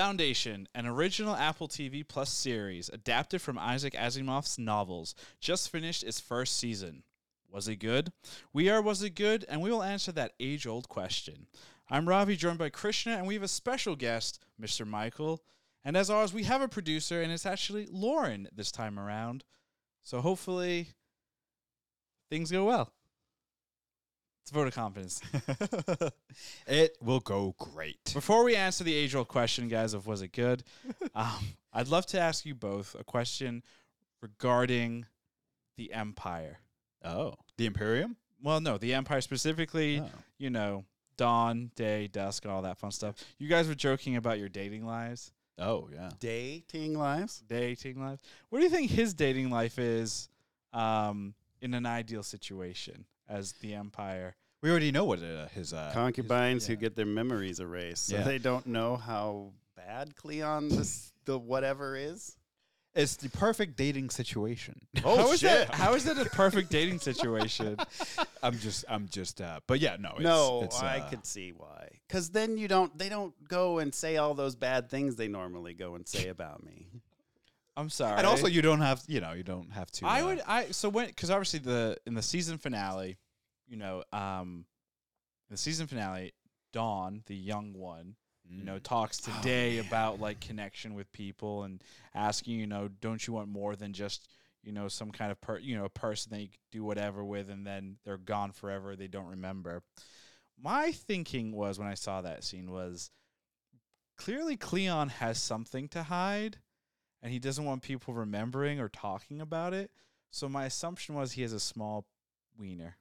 Foundation, an original Apple TV Plus series adapted from Isaac Asimov's novels, just finished its first season. Was it good? We are Was It Good, and we will answer that age old question. I'm Ravi, joined by Krishna, and we have a special guest, Mr. Michael. And as always, we have a producer, and it's actually Lauren this time around. So hopefully, things go well. It's a vote of confidence. it will go great. Before we answer the age old question, guys, of was it good, um, I'd love to ask you both a question regarding the Empire. Oh, the Imperium. Well, no, the Empire specifically, Oh. you know, dawn, day, dusk, and all that fun stuff. You guys were joking about your dating lives, Oh yeah. dating lives. dating lives. What do you think his dating life is um, in an ideal situation as the Empire? We already know what uh, his uh, Concubines yeah. who get their memories erased, so Yeah. they don't know how bad Cleon this the whatever is. It's the perfect dating situation. Oh How is that? How is that a perfect dating situation? I'm just, I'm just, uh, but yeah, no, it's, no, it's, I uh, could see why. Because then you don't. They don't go and say all those bad things they normally go and say about me. I'm sorry. And also, you don't have, you know, you don't have to. I uh, would I so when because obviously the in the season finale, you know, um, the season finale, Dawn, the young one, you know, talks Oh, today man. about like connection with people and asking, you know, don't you want more than just you know some kind of per you know a person that you could do whatever with and then they're gone forever, they don't remember. My thinking was when I saw that scene was clearly Cleon has something to hide and he doesn't want people remembering or talking about it. So my assumption was he has a small wiener.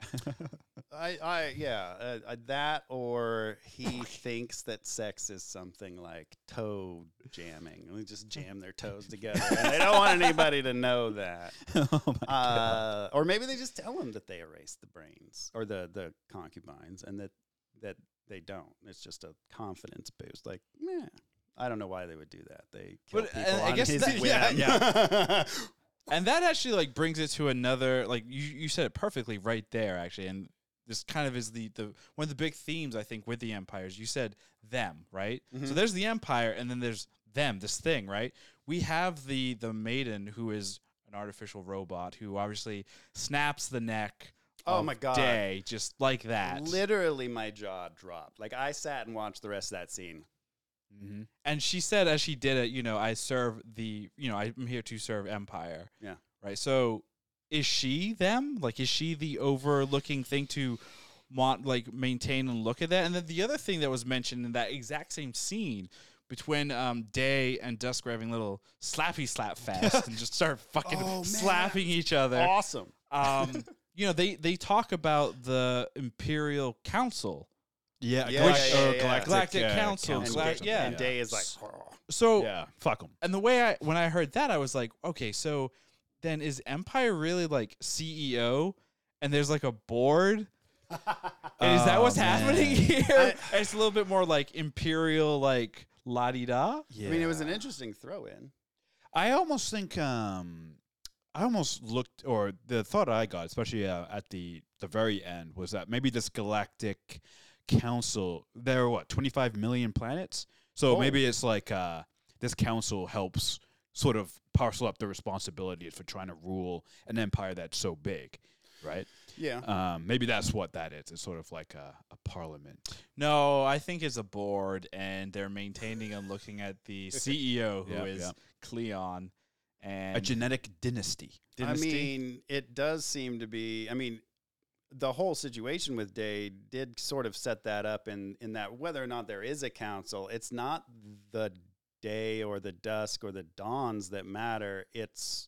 I, I, yeah, uh, uh, that or he thinks that sex is something like toe jamming. They just jam their toes together, and they don't want anybody to know that. oh my God. Uh, or maybe they just tell him that they erased the brains or the the concubines, and that that they don't. It's just a confidence boost. Like, yeah, I don't know why they would do that. They kill But, uh, people I on guess his that- whim. yeah, yeah. And that actually like brings it to another like you you said it perfectly right there actually and this kind of is the the one of the big themes I think with the empires. You said them, right? So Mhm. there's the empire and then there's them, this thing, right? We have the the maiden who is an artificial robot who obviously snaps the neck Oh of my God. day just like that. Literally, my jaw dropped. Like I sat and watched the rest of that scene. Mhm. and she said as she did it, you know, I serve the, you know, I'm here to serve empire. Yeah. Right. So is she them? Like, is she the overlooking thing to want, like, maintain and look at that? And then the other thing that was mentioned in that exact same scene between um, Day and Dusk were having little slappy slap fest and just start fucking Oh, man. slapping each other. Awesome. Um, you know, they, they talk about the Imperial Council. Yeah, uh, Yeah, Galact- yeah, or yeah, yeah. Galactic Council, And, Gla- Day, yeah. and Day is like, So yeah, Oh, fuck them. and the way I when I heard that, I was like, okay, so then is Empire really like CEO and there's like a board? And is that Oh, what's happening here? I- it's a little bit more like imperial, like la di da. Yeah. I mean, it was an interesting throw in. I almost think um, I almost looked, or the thought I got, especially uh, at the the very end, was that maybe this galactic council. There are what twenty five million planets, so Oh. maybe it's like uh, this council helps sort of parcel up the responsibilities for trying to rule an empire that's so big, right? Yeah. Um, maybe that's what that is. It's sort of like a, a parliament. No, I think it's a board, and they're maintaining and looking at the CEO, who is Yeah, yeah. Cleon, and a genetic dynasty. Dynasty. I mean, it does seem to be. I mean, the whole situation with Day did sort of set that up in in that whether or not there is a council, it's not the day or the dusk or the dawns that matter. It's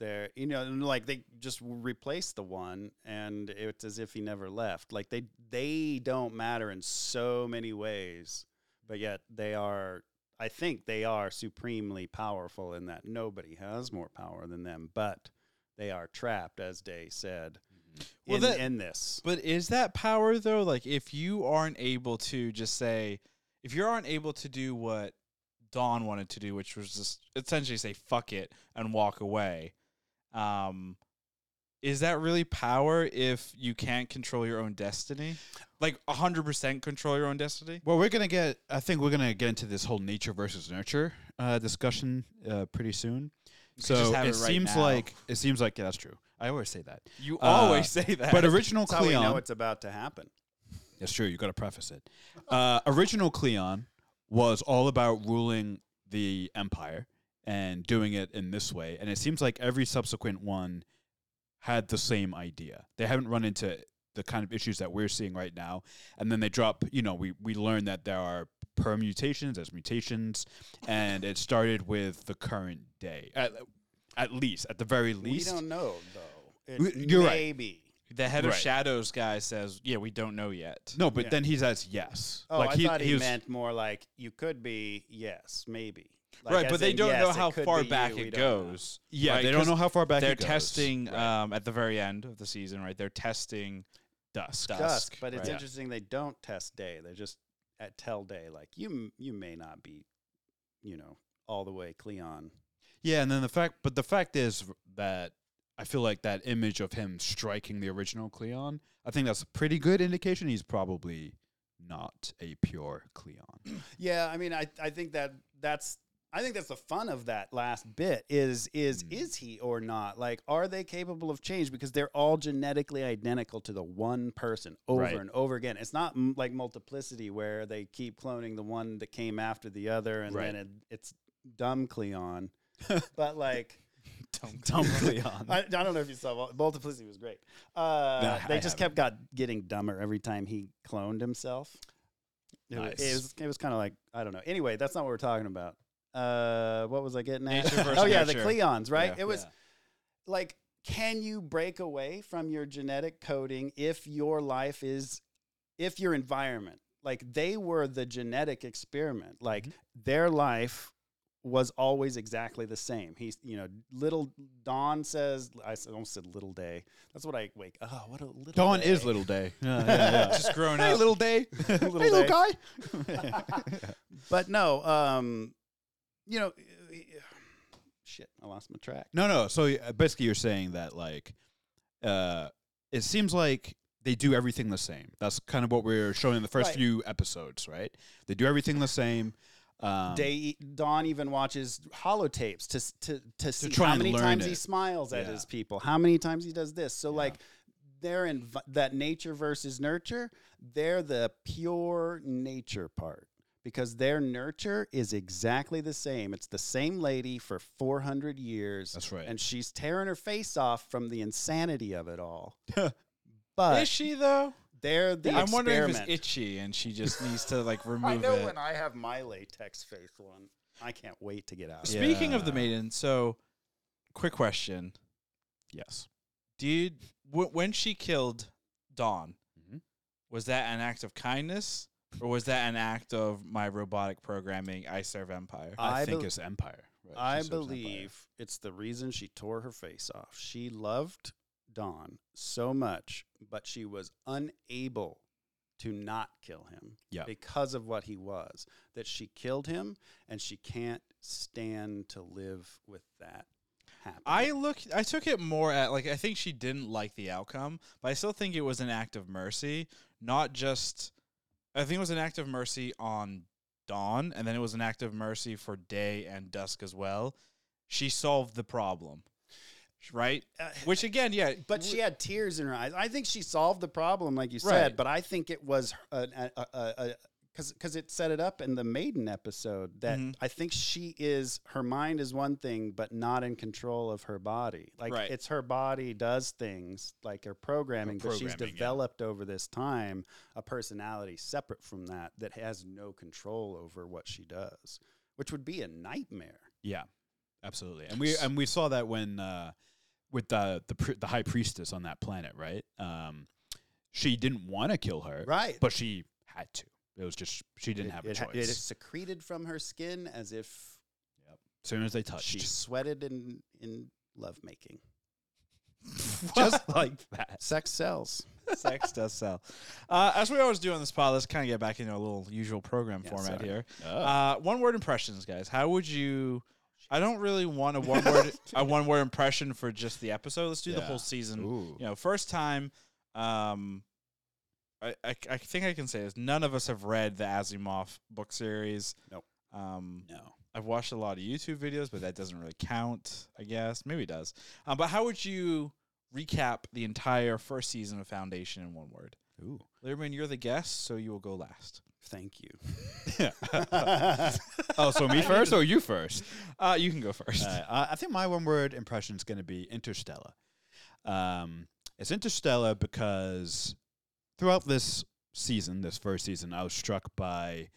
there, you know, and like they just replaced the one, and it's as if he never left. Like they they don't matter in so many ways, but yet they are I think they are supremely powerful in that nobody has more power than them, but they are trapped, as Day said, Mm-hmm. Well, in, that- in this. But is that power though? Like if you aren't able to just say if you aren't able to do what Dawn wanted to do, which was just essentially say fuck it and walk away, um is that really power if you can't control your own destiny? Like 100% control your own destiny? Well, we're gonna get. I think we're gonna get into this whole nature versus nurture uh, discussion uh, pretty soon. could just So have it, it right seems now. like it seems like yeah, that's true. I always say that. You Uh, always say that. But original That's how we know Cleon. it's about to happen. That's true. You got to preface it. Uh, original Cleon was all about ruling the empire and doing it in this way, and it seems like every subsequent one had the same idea. They haven't run into the kind of issues that we're seeing right now, and then they drop. You know, we we learn that there are permutations, there's mutations, and it started with the current day. At, at least, at the very least, We don't know though. It We- you're right. maybe. the head of Right. shadows guy says, yeah, we don't know yet. no. But Yeah. then he says yes. Oh, I thought he, was- meant more like you could be. Yes, maybe. Like, right, as but they in, don't yes, know it how could far be back you, we it don't know. goes. Yeah, right, they don't 'cause know how far back They're it goes. testing uh, um, at the very end of the season, right? They're testing dusk. Dusk. Dusk, but it's right? interesting they don't test day. They just at tell day like you. m- You may not be, you know, all the way Cleon. Yeah, and then the fact, but the fact is that I feel like that image of him striking the original Cleon, I think that's a pretty good indication he's probably not a pure Cleon. Yeah, I mean, I I think that that's I think that's the fun of that last bit is is Mm. is he or not? Like, are they capable of change? Because they're all genetically identical to the one person over Right. and over again. It's not m- like multiplicity where they keep cloning the one that came after the other, and Right. then it, it's dumb Cleon. but like, Dumb Cleon. I, I don't know if you saw Mul- multiplicity was great. Uh, Nah, they I just kept got getting dumber every time he cloned himself. It, wa- it Nice. was it was kind of like I don't know. Anyway, that's not what we're talking about. Uh, what was I getting at? Nature versus oh yeah, the nurture. Cleons, right? Yeah. It was like, can you break away from your genetic coding if your life is, if your environment? Like they were the genetic experiment. Like their life was always exactly the same. He's, you know, little Dawn says, I s- almost said little day. That's what I wake. Oh, what a little Dawn day. is Little Day. Yeah, yeah, yeah. Just grown hey, up. Little Day. hey, Little little Day. guy. But no, um, you know, shit, I lost my track. No, no. So uh, basically, you're saying that like, uh, it seems like they do everything the same. That's kind of what we're showing in the first Right. few episodes, right? They do everything the same. Um, Day Dawn even watches holotapes to s- to to see try how and many learn times it. he smiles at Yeah. his people, how many times he does this. So Yeah. like they're in that nature versus nurture. They're the pure nature part because their nurture is exactly the same. It's the same lady for 400 years That's right. and she's tearing her face off from the insanity of it all. Is but she though? they're the I'm wondering if experiment. it's itchy and she just needs to like I remove know it. when I have my latex face one, I can't wait to get out. of it. Speaking of the Yeah. maiden, so quick question: yes. Did w- when she killed Dawn, Mm-hmm. Mhm. was that an act of kindness or was that an act of my robotic programming? I serve Empire. I, I think bel- it's Empire. right? I She serves Empire. believe it's the reason she tore her face off. She loved Don so much, but she was unable to not kill him Yeah. because of what he was. That she killed him, and she can't stand to live with that happening. I look. I took it more at like I think she didn't like the outcome, but I still think it was an act of mercy, not just. I think it was an act of mercy on Dawn, and then it was an act of mercy for Day and Dusk as well. She solved the problem, right? Uh, Which again, yeah, but w- she had tears in her eyes. I think she solved the problem, like you Right. said. But I think it was an- a because because it set it up in the maiden episode that Mm-hmm. Mhm. I think she is her mind is one thing, but not in control of her body. Like Right. it's her body does things like her programming, but she's programming, yeah. developed over this time a personality separate from that that has no control over what she does, which would be a nightmare. Yeah, absolutely. And we and we saw that when uh, with the the pri- the high priestess on that planet, right? Um, she didn't want to kill her, Right. But she had to. It was just she didn't have a it, choice. ha- It is secreted from her skin as if as soon as they touched, She sweated in in lovemaking. just like that. Sex sells. sex does sell. Uh, as we always do on this pod, let's kind of get back into a little usual program Yeah, format "Oh." sorry. here. Uh, one word impressions, guys. How would you I don't really want a one word a one word impression for just the episode. Let's do the Yeah. whole season. Ooh. You know, first time. Um, I, I I think I can say this. None of us have read the Asimov book series. Nope. Um, No. I've watched a lot of YouTube videos, but that doesn't really count. I guess maybe it does. Um, but how would you recap the entire first season of Foundation in one word? Ooh. Learman, you're the guest, so you will go last. Thank you. Oh, so me first or you first? Uh, you can go first. Uh, I- I think my one word impression is going to be interstellar. Um, it's interstellar because throughout this season, this first season, I was struck by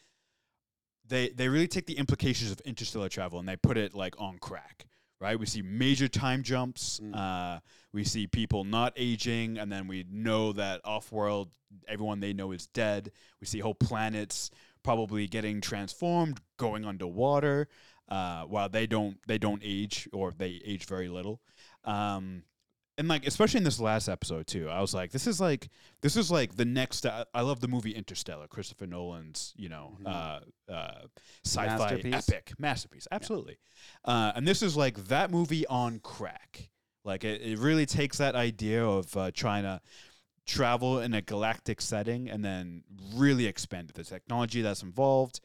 they they really take the implications of interstellar travel and they put it like on crack. Right, we see major time jumps. Mm. Uh, we see people not aging, and then we know that off-world, everyone they know is dead. We see whole planets probably getting transformed, going underwater, uh, while they don't they don't age or they age very little. Um, and like especially in this last episode too, I was like, this is like this is like the next. I, I love the movie Interstellar, Christopher Nolan's you know Mhm. uh, uh, sci-fi Masterpiece. epic masterpiece, absolutely. Uh, and this is like that movie on crack. Like it, it really takes that idea of uh, trying to travel in a galactic setting and then really expand the technology that's involved,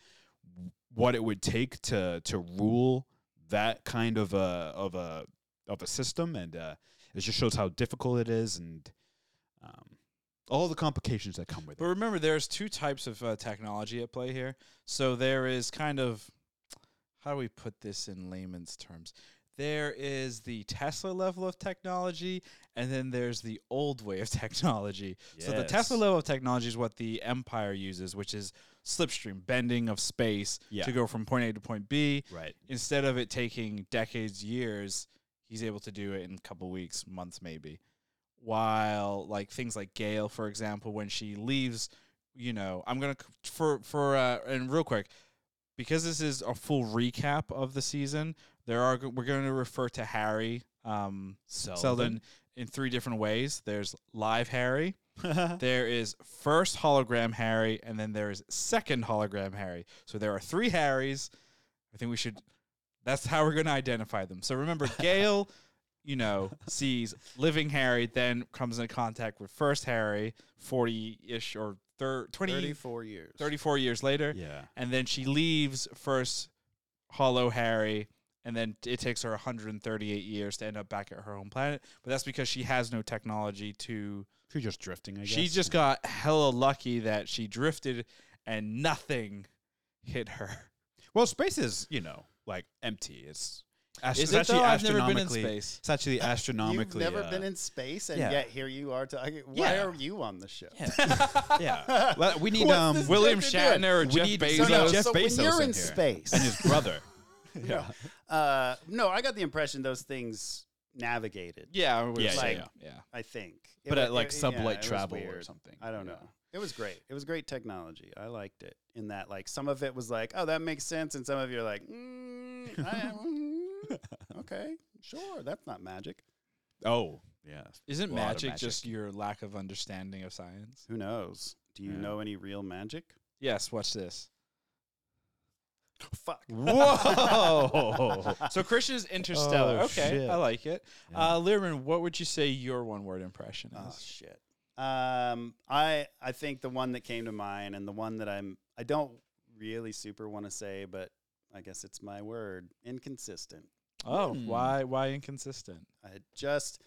what it would take to to rule that kind of a of a of a system, and uh, it just shows how difficult it is and um, all the complications that come with But it. remember, there's two types of uh, technology at play here. So there is kind of how do we put this in layman's terms? There is the Tesla level of technology, and then there's the old way of technology. So the Tesla Yes. level of technology is what the Empire uses, which is slipstream bending of space Yeah. to go from point A to point B. Right. Instead of it taking decades, years, he's able to do it in a couple weeks, months, maybe. While like things like Gail, for example, when she leaves, you know, I'm gonna c- for for uh, and real quick because this is a full recap of the season. There are go- we're going to refer to Harry um, Selden in three different ways. There's live Harry, there is first hologram Harry, and then there is second hologram Harry. So there are three Harrys. I think we should. That's how we're going to identify them. So remember, Gail, you know, sees living Harry, then comes into contact with first Harry, forty ish or thir- 20, 34 years. 34 years later, yeah. and then she leaves first Hollow Harry. And then it takes her 138 years to end up back at her home planet, but that's because she has no technology to She's just drifting. I guess. she just got hella lucky that she drifted and nothing hit her. Well, space is you know like empty. It's ast- Is it's it actually though? I've never been in astronomically- space. It's actually You've astronomically. never uh, been in space, and yeah. yet here you are talking. Why Yeah. are you on the show? yeah. Well, we need What's um this William Jeff, Shatner they're doing- or we Jeff need- Bezos. so No, no, Jeff so when Bezos you're in in here. space, and his brother. yeah. Uh, no, I got the impression those things navigated. Yeah, we were Yeah, yeah, saying, yeah. yeah. I think, It but wa- at like it- yeah, sublight it was travel or weird. something. I don't Yeah. know. It was great. It was great technology. I liked it in that like some of it was like, oh, that makes sense, and some of you are like, mm, I- mm, okay, sure, that's not magic. Oh, yeah. Isn't A lot of magic, magic. just your lack of understanding of science? Who knows? Do you Yeah. know any real magic? Yes, watch this. Fuck. Whoa. Oh. So Christian's interstellar. Oh, okay, shit. I like it. Yeah. Uh, Learman, what would you say your one word impression Oh is? shit. Um, I I think the one that came to mind and the one that I'm I don't really super want to say, but I guess it's my word inconsistent. Oh, Hmm. why why inconsistent? I had just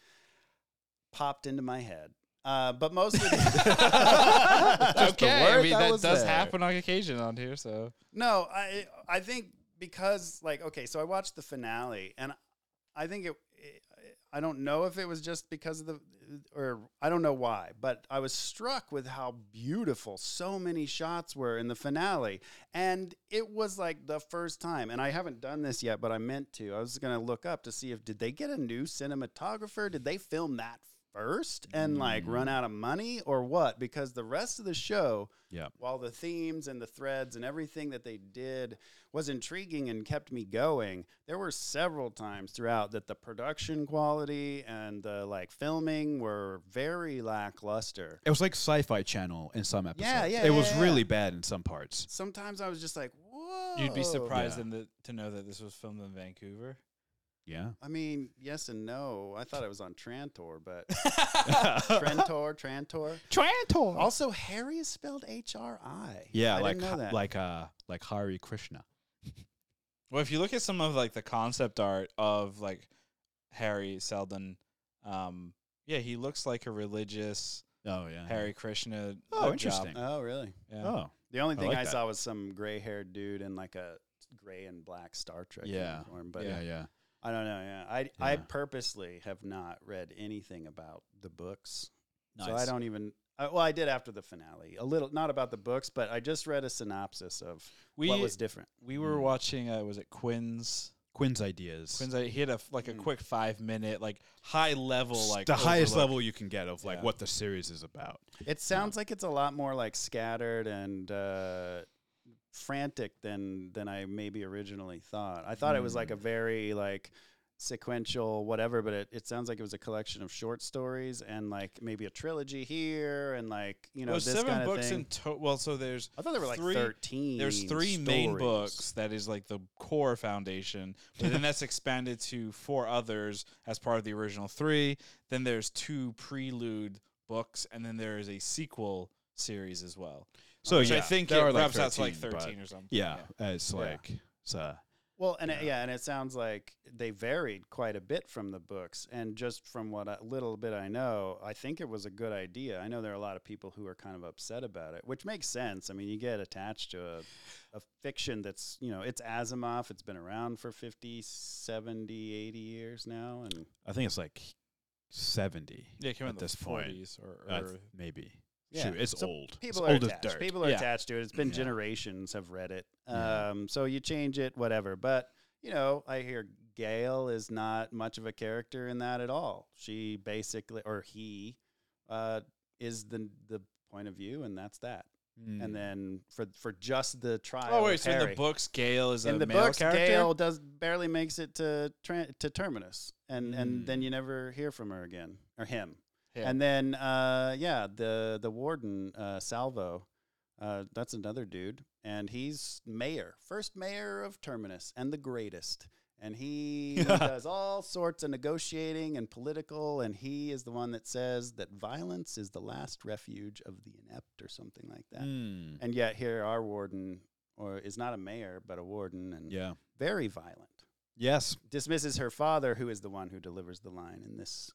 popped into my head, uh, but mostly. Just the okay, I word mean that that, was does there. happen on occasion on here. So No, I I think because like okay, so I watched the finale and I think it, I don't know if it was just because of the or I don't know why, but I was struck with how beautiful so many shots were in the finale and it was like the first time and I haven't done this yet, but I meant to. I was going to look up to see if did they get a new cinematographer? Did they film that first and like Mm. run out of money or what? Because the rest of the show yeah. while the themes and the threads and everything that they did was intriguing and kept me going, there were several times throughout that the production quality and the like filming were very lackluster. It was like Sci-Fi Channel in some episodes. yeah, It yeah, was yeah. really bad in some parts. Sometimes I was just like, what? You'd be surprised Oh, Yeah. in the, to know that this was filmed in Vancouver. Yeah. I mean, yes and no. I thought it was on Trantor, but Trentor, Trantor. Trantor. Also, Harry is spelled H R I. yeah, I like didn't Ha- know that. like uh like Hari Krishna. Well, if you look at some of like the concept art of like Harry Seldon, um, yeah, he looks like a religious Oh yeah. Harry Krishna. Oh, nut interesting. job. Oh, really? Yeah. Oh. The only I thing I, like that. saw was some gray-haired dude in like a gray and black Star Trek Yeah. uniform. But yeah, yeah. I don't know. Yeah, I I Yeah. purposely have not read anything about the books, so I Nice. don't even. Uh, well, I did after the finale a little, not about the books, but I just read a synopsis of We what was different. we were Mm. watching. Uh, was it Quinn's? Quinn's ideas. Quinn's. uh, He had a f- like a Mm. quick five minute, like high level, S- like Hmm. the highest overlook. level you can get of like Yeah. what the series is about. It sounds like it's a lot more like scattered and uh, frantic than than I maybe originally thought. I thought it was Mm. like a very like sequential whatever, but it, it sounds like it was a collection of short stories and like maybe a trilogy here and like you know There's this seven kind of books thing. in to- Well, so there's I thought there were like three- thirteen. there's three main stories. books that is like the core foundation but then that's expanded to four others as part of the original three then there's two prelude books and then there is a sequel series as well So which Oh, yeah, i think it there are, wraps out to like but 13 or something Yeah, uh, it's Yeah. like it's uh, Well, and Yeah. It, yeah, and it sounds like they varied quite a bit from the books. And just from what I, little bit I know, I think it was a good idea. I know there are a lot of people who are kind of upset about it, which makes sense. I mean, you get attached to a, a fiction that's, you know, it's Asimov. It's been around for 50, 70, 80 years now. And I think it's like seventy. yeah it came out At in the this point, 40s or, uh, or maybe. Yeah. Shoot, it's So old. It's people are old attached. as dirt. People are Yeah. attached to it. It's been Yeah. generations have read it. Yeah. Um, so you change it, whatever. But you know, I hear Gail is not much of a character in that at all. She basically, or he, uh, is the the point of view, and that's that. Mm. And then for for just the trial. oh of wait so in the Harry- books gail is in a the male books, character Gail does barely makes it to tran to terminus, and Mm. and then you never hear from her again or him. Hmm. Yeah. And then uh, yeah, the the warden uh, Salvo, uh, that's another dude, and he's mayor, first mayor of terminus, and the greatest. And he does all sorts of negotiating and political, and he is the one that says that violence is the last refuge of the inept, or something like that. Mm. And yet here our warden or is not a mayor but a warden and Yeah. very violent. Yes. Dismisses her father who is the one who delivers the line in this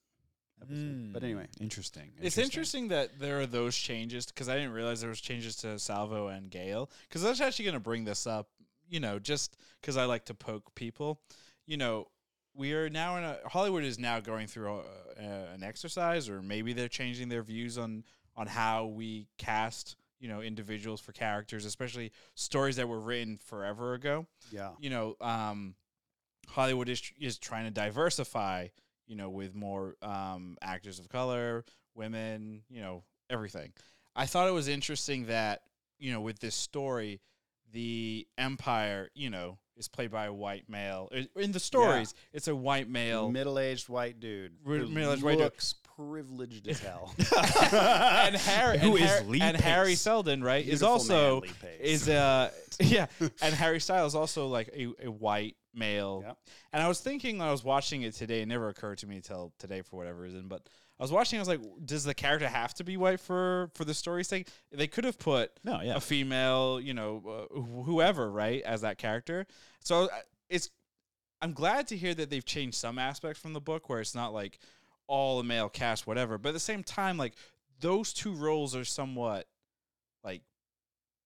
episode. Hmm. But Mm. anyway, interesting. It's interesting that there are those changes because I didn't realize there was changes to Salvo and Gale. Because I was actually going to bring this up, you know, just because I like to poke people. You know, we are now in a Hollywood is now going through a, a, an exercise, or maybe they're changing their views on on how we cast, you know, individuals for characters, especially stories that were written forever ago yeah. you know, um, Hollywood is is trying to diversify, you know, with more um, actors of color, women, you know, everything. I thought it was interesting that you know, with this story, the empire, you know, is played by a white male. I- In the stories, it's a white male. Middle-aged white dude. Re- who middle-aged white dude. looks privileged as hell. and Harry, Who and, is Har- Lee and Harry Pace? Seldon, right, is Beautiful also man, Lee Pace. is uh yeah and harry styles also like a, a white male Yep. and i was thinking when i was watching it today it never occurred to me until today for whatever reason but i was watching i was like does the character have to be white for for the story's sake they could have put No, yeah. a female you know uh, wh- whoever right as that character so uh, it's i'm glad to hear that they've changed some aspects from the book where it's not like all a male cast whatever but at the same time like those two roles are somewhat like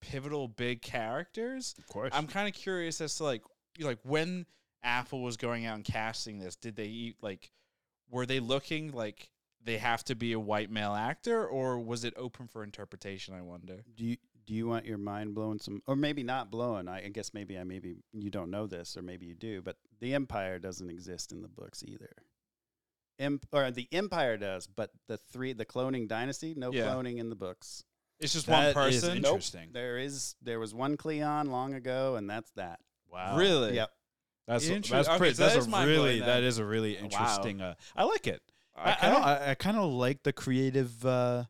pivotal big characters of course. I'm kind of curious as to like you- like when Apple was going out and casting this, did they eat like were they looking like they have to be a white male actor or was it open for interpretation, I wonder. do you do you want your mind blown some or maybe not blown? I, I guess maybe I maybe you don't know this or maybe you do, but the empire doesn't exist in the books either. Em- or the empire does, but the three the cloning dynasty, no Yeah. cloning in the books. It's just That is one person. Nope. interesting. There is there was one Cleon long ago and that's that. Wow. Really? Yep. That's Interest- that's okay, pretty. so that that's is a mind-blowing really then. that is a really Wow. interesting. Uh, I like it. I- Okay. I don't- I, I kind of like the creative uh,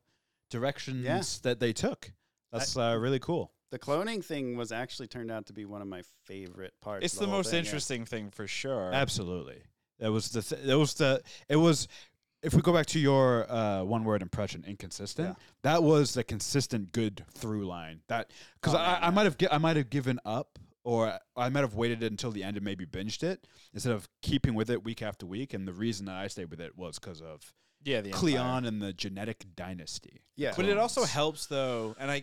directions that they took. That's uh, really cool. The cloning thing was actually turned out to be one of my favorite parts. It's of the, whole most thing, yeah. interesting thing for sure. Absolutely. That was the th- that was the it was if we go back to your uh, one word impression inconsistent that was the consistent good through line that because I, Oh, man, I yeah. might have gi- I might have given up or I might have waited until the end and maybe binged it instead of keeping with it week after week and the reason that I stayed with it was because of Yeah, the Empire. Cleon and the genetic dynasty Yeah. But it also clones. helps though, and I.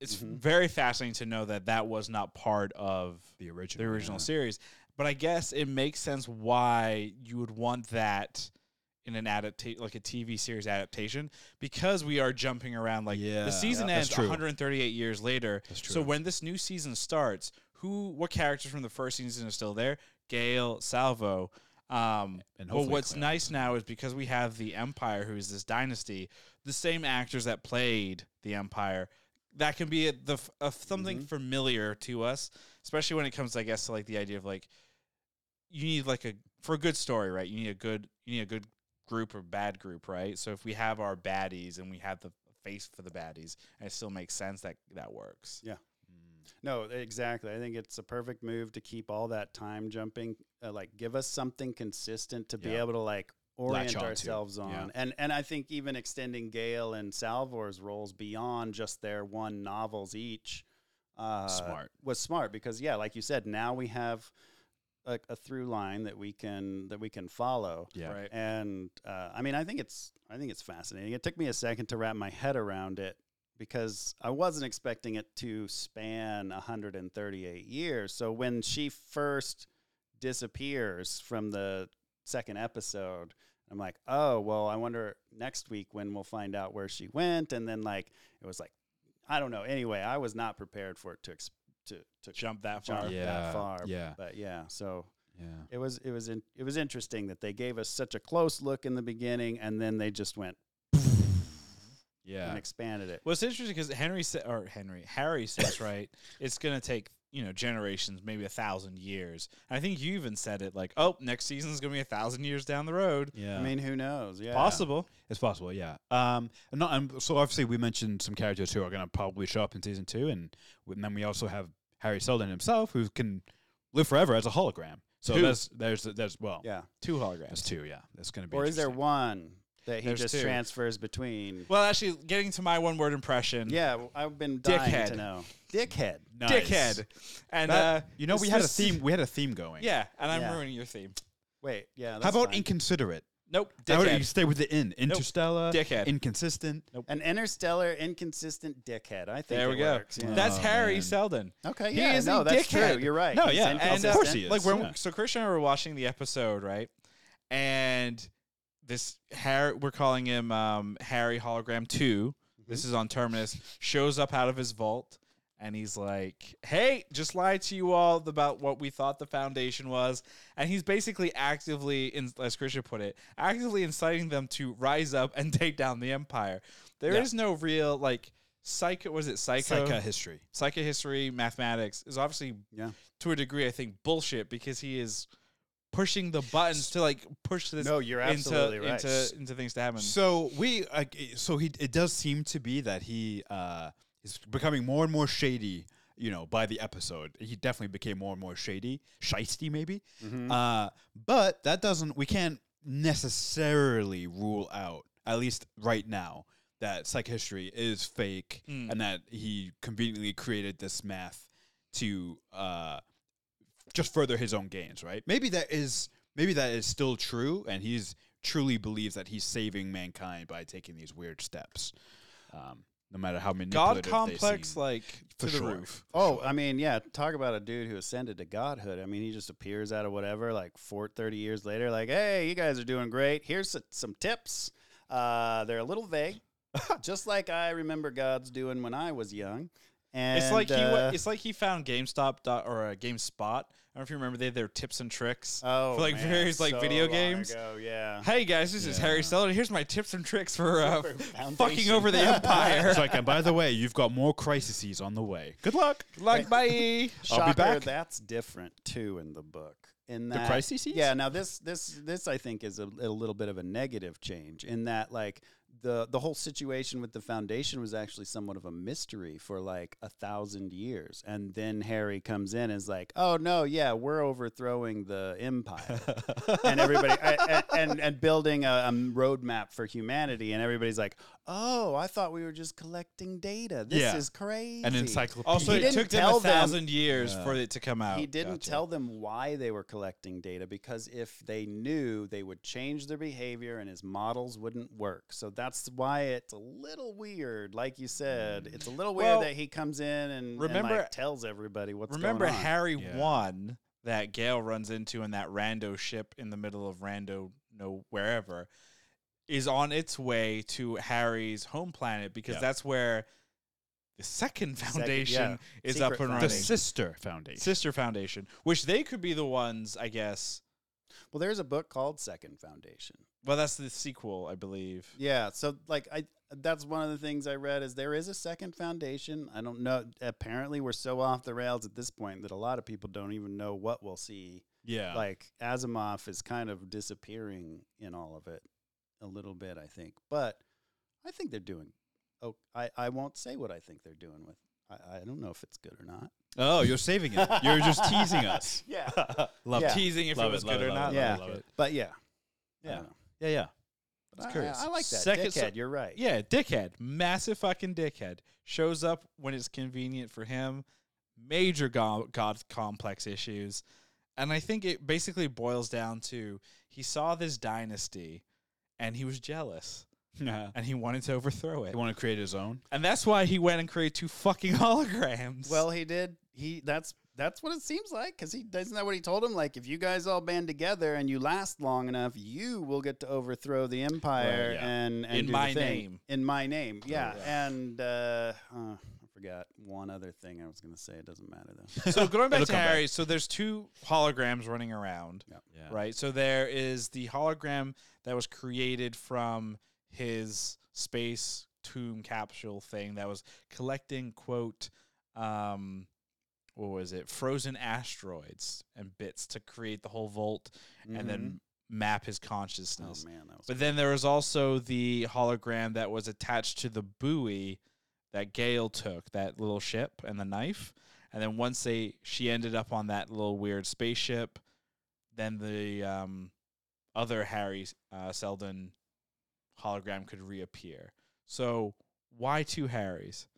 It's Mhm. very fascinating to know that that was not part of the the original original yeah. series. But I guess it makes sense why you would want that in an adaptation, like a TV series adaptation, because we are jumping around. Like Yeah, the season that's ends true. 138 years later. That's So true. when this new season starts, who, what characters from the first season are still there? Gail, Salvo. Um, And well, hopefully what's Cleon. nice now is because we have the Empire, who is this dynasty, the same actors that played the Empire. That can be a, the f- a, something Mm-hmm. Mhm. familiar to us especially when it comes, I guess, to like the idea of like you need like a for a good story, right? You need a good you need a good group or bad group, right? So if we have our baddies and we have the face for the baddies, and it still makes sense that that works. Mm, No, exactly. I think it's a perfect move to keep all that time jumping. Uh, like, give us something consistent to be Yeah. able to like orient onto. ourselves on. Yeah. And and I think even extending Gale and Salvor's roles beyond just their one novels each uh, Smart. was smart because yeah, like you said, now we have a, a through line that we can that we can follow. yeah Right. And uh, I mean, I think it's I think it's fascinating. It took me a second to wrap my head around it because I wasn't expecting it to span 138 years. So when she first disappears from the second episode, I'm like, oh well, I wonder next week when we'll find out where she went. And then like it was like, I don't know. Anyway, I was not prepared for it to ex- to to Jump that far. jump Yeah, that far. yeah. but yeah, so yeah it was it was in, it was interesting that they gave us such a close look in the beginning and then they just went yeah and expanded it. Well, it's interesting because Henry sa- or Henry Harry says right, it's gonna take you know generations, maybe a thousand years. And I think you even said it like, oh, next season's gonna be a thousand years down the road. yeah I mean, who knows? Yeah. Possible. It's possible, yeah. Um, and not um, so obviously we mentioned some characters who are going to probably show up in season two, and, w- and then we also have Harry Seldon himself, who can live forever as a hologram. So Two. there's there's there's well, Yeah. Two there's holograms. two, yeah. That's going to be. Or is there interesting. one that he There's just two. transfers between? Well, actually, getting to my one word impression. Yeah, w- I've been dying Dickhead. to know. Dickhead. Nice. dickhead. And That- uh, you know, this we had a was- theme. We had a theme going. Yeah, and I'm Yeah. ruining your theme. Wait, yeah. How That's about fine. inconsiderate? Nope, How about you dickhead. stay with the in? Interstellar. Dickhead. Inconsistent. an interstellar inconsistent dickhead? I think There we it go. works, yeah. That's Oh, Harry man. Seldon. okay. he Yeah, is a no, that's true. dickhead. You're right. No, He's yeah, and, of uh, inconsistent. course he is. Like when yeah. so Christian and I were watching the episode, right? And this Harry, we're calling him um, Harry Hologram 2 Mm-hmm. This is on Terminus. Shows up out of his vault, and he's like, "Hey, just lied to you all about what we thought the foundation was." And he's basically actively, in, as Christian put it, actively inciting them to rise up and take down the empire. There is Yeah. no real like psycho. Was it psycho? Psycho history. psycho history, mathematics is obviously Yeah. to a degree I think bullshit because he is pushing the buttons to like push this No, you're into absolutely right. into into things to happen. So we, uh, so he, it does seem to be that he uh, is becoming more and more shady. You know, by the episode, he definitely became more and more shady, shisty maybe. Mm-hmm. Mm-hmm. Uh, but that doesn't, we can't necessarily rule out, at least right now, that psych history is fake Mm. and that he conveniently created this math to uh, just further his own gains, right? Maybe that is maybe that is still true, and he's truly believes that he's saving mankind by taking these weird steps, um, no matter how God manipulative complex they seem, like to for the sure. roof. Oh, I mean, yeah, talk about a dude who ascended to godhood. I mean, he just appears out of whatever, like four, 30 years later, like, hey, you guys are doing great. Here's s- some tips. Uh, they're a little vague, just like I remember God's doing when I was young. And it's like he wa- uh, it's like he found GameStop dot, or uh, GameSpot. I don't know if you remember they had their tips and tricks. oh, for, like, man, various, like, so video long games. ago, yeah. Hey guys, this is Harry Yeah. Seldon. Here's my tips and tricks for uh, For fucking Foundation. over the empire. It's like, and by the way, you've got more crises on the way. Good luck. like bye. I'll be Shocker, back. that's different too in the book. In The that, crises? Yeah. Now this this this I think is a, a little bit of a negative change in that like the the whole situation with the foundation was actually somewhat of a mystery for like a thousand years, and then Harry comes in and is like, "Oh no, yeah, we're overthrowing the empire and everybody and, and and building a, a roadmap for humanity, and everybody's like, "Oh, I thought we were just collecting data. This Yeah. is crazy." An encyclopedia. Also, He it didn't took them a tell them- thousand years Yeah. for it to come out. He didn't Gotcha. tell them why they were collecting data because if they knew, they would change their behavior and his models wouldn't work. So that's why it's a little weird. Like you said, it's a little weird Well, that he comes in and remember- and like tells everybody what's Remember going on. Harry Yeah. one that Gale runs into in that rando ship in the middle of rando no wherever is on its way to Harry's home planet because Yeah. that's where the second Second- foundation yeah, is secret up and the running. foundation. sister foundation. Sister Foundation, which they could be the ones, I guess. Well, there's a book called Second Foundation. Well, that's the sequel, I believe. Yeah, so like I that's one of the things I read is there is a second foundation. I don't know. Apparently, we're so off the rails at this point that a lot of people don't even know what we'll see. yeah. Like Asimov is kind of disappearing in all of it a little bit, I think. But I think they're doing. Oh, I I won't say what I think they're doing with. I, I don't know if it's good or not. oh, you're saving it. You're just teasing us. Yeah, Love Yeah. it. Teasing if Love it was love good or love not. love Yeah. it, love it. but yeah, I Yeah. don't know. Yeah, yeah. But I, curious. I, I like that. Second- so- Dickhead, you're right. Yeah, dickhead, massive fucking dickhead. Shows up when it's convenient for him. Major go- god complex issues, and I think it basically boils down to he saw this dynasty, and he was jealous, Yeah. and he wanted to overthrow it, You want to create his own? and that's why he went and created two fucking holograms. Well, he did. He that's that's what it seems like because he doesn't that what he told him. Like if you guys all band together and you last long enough, you will get to overthrow the empire yeah. and, and In do my the thing. name. Oh, In my name, yeah. yeah. And uh, uh, I forgot one other thing I was going to say. It doesn't matter though. so going back It'll to come back. Harry, so there's two holograms running around. Yeah. right? So there is the hologram that was created from his space tomb capsule thing that was collecting quote um what was it frozen asteroids and bits to create the whole vault and then map his Mhm. consciousness oh man, that was. but then there was also the hologram that was attached to the buoy that Gale took, that little ship and the knife. And then once they she ended up on that little weird spaceship, then the um, other Harry uh, Seldon hologram could reappear. So why two Harrys?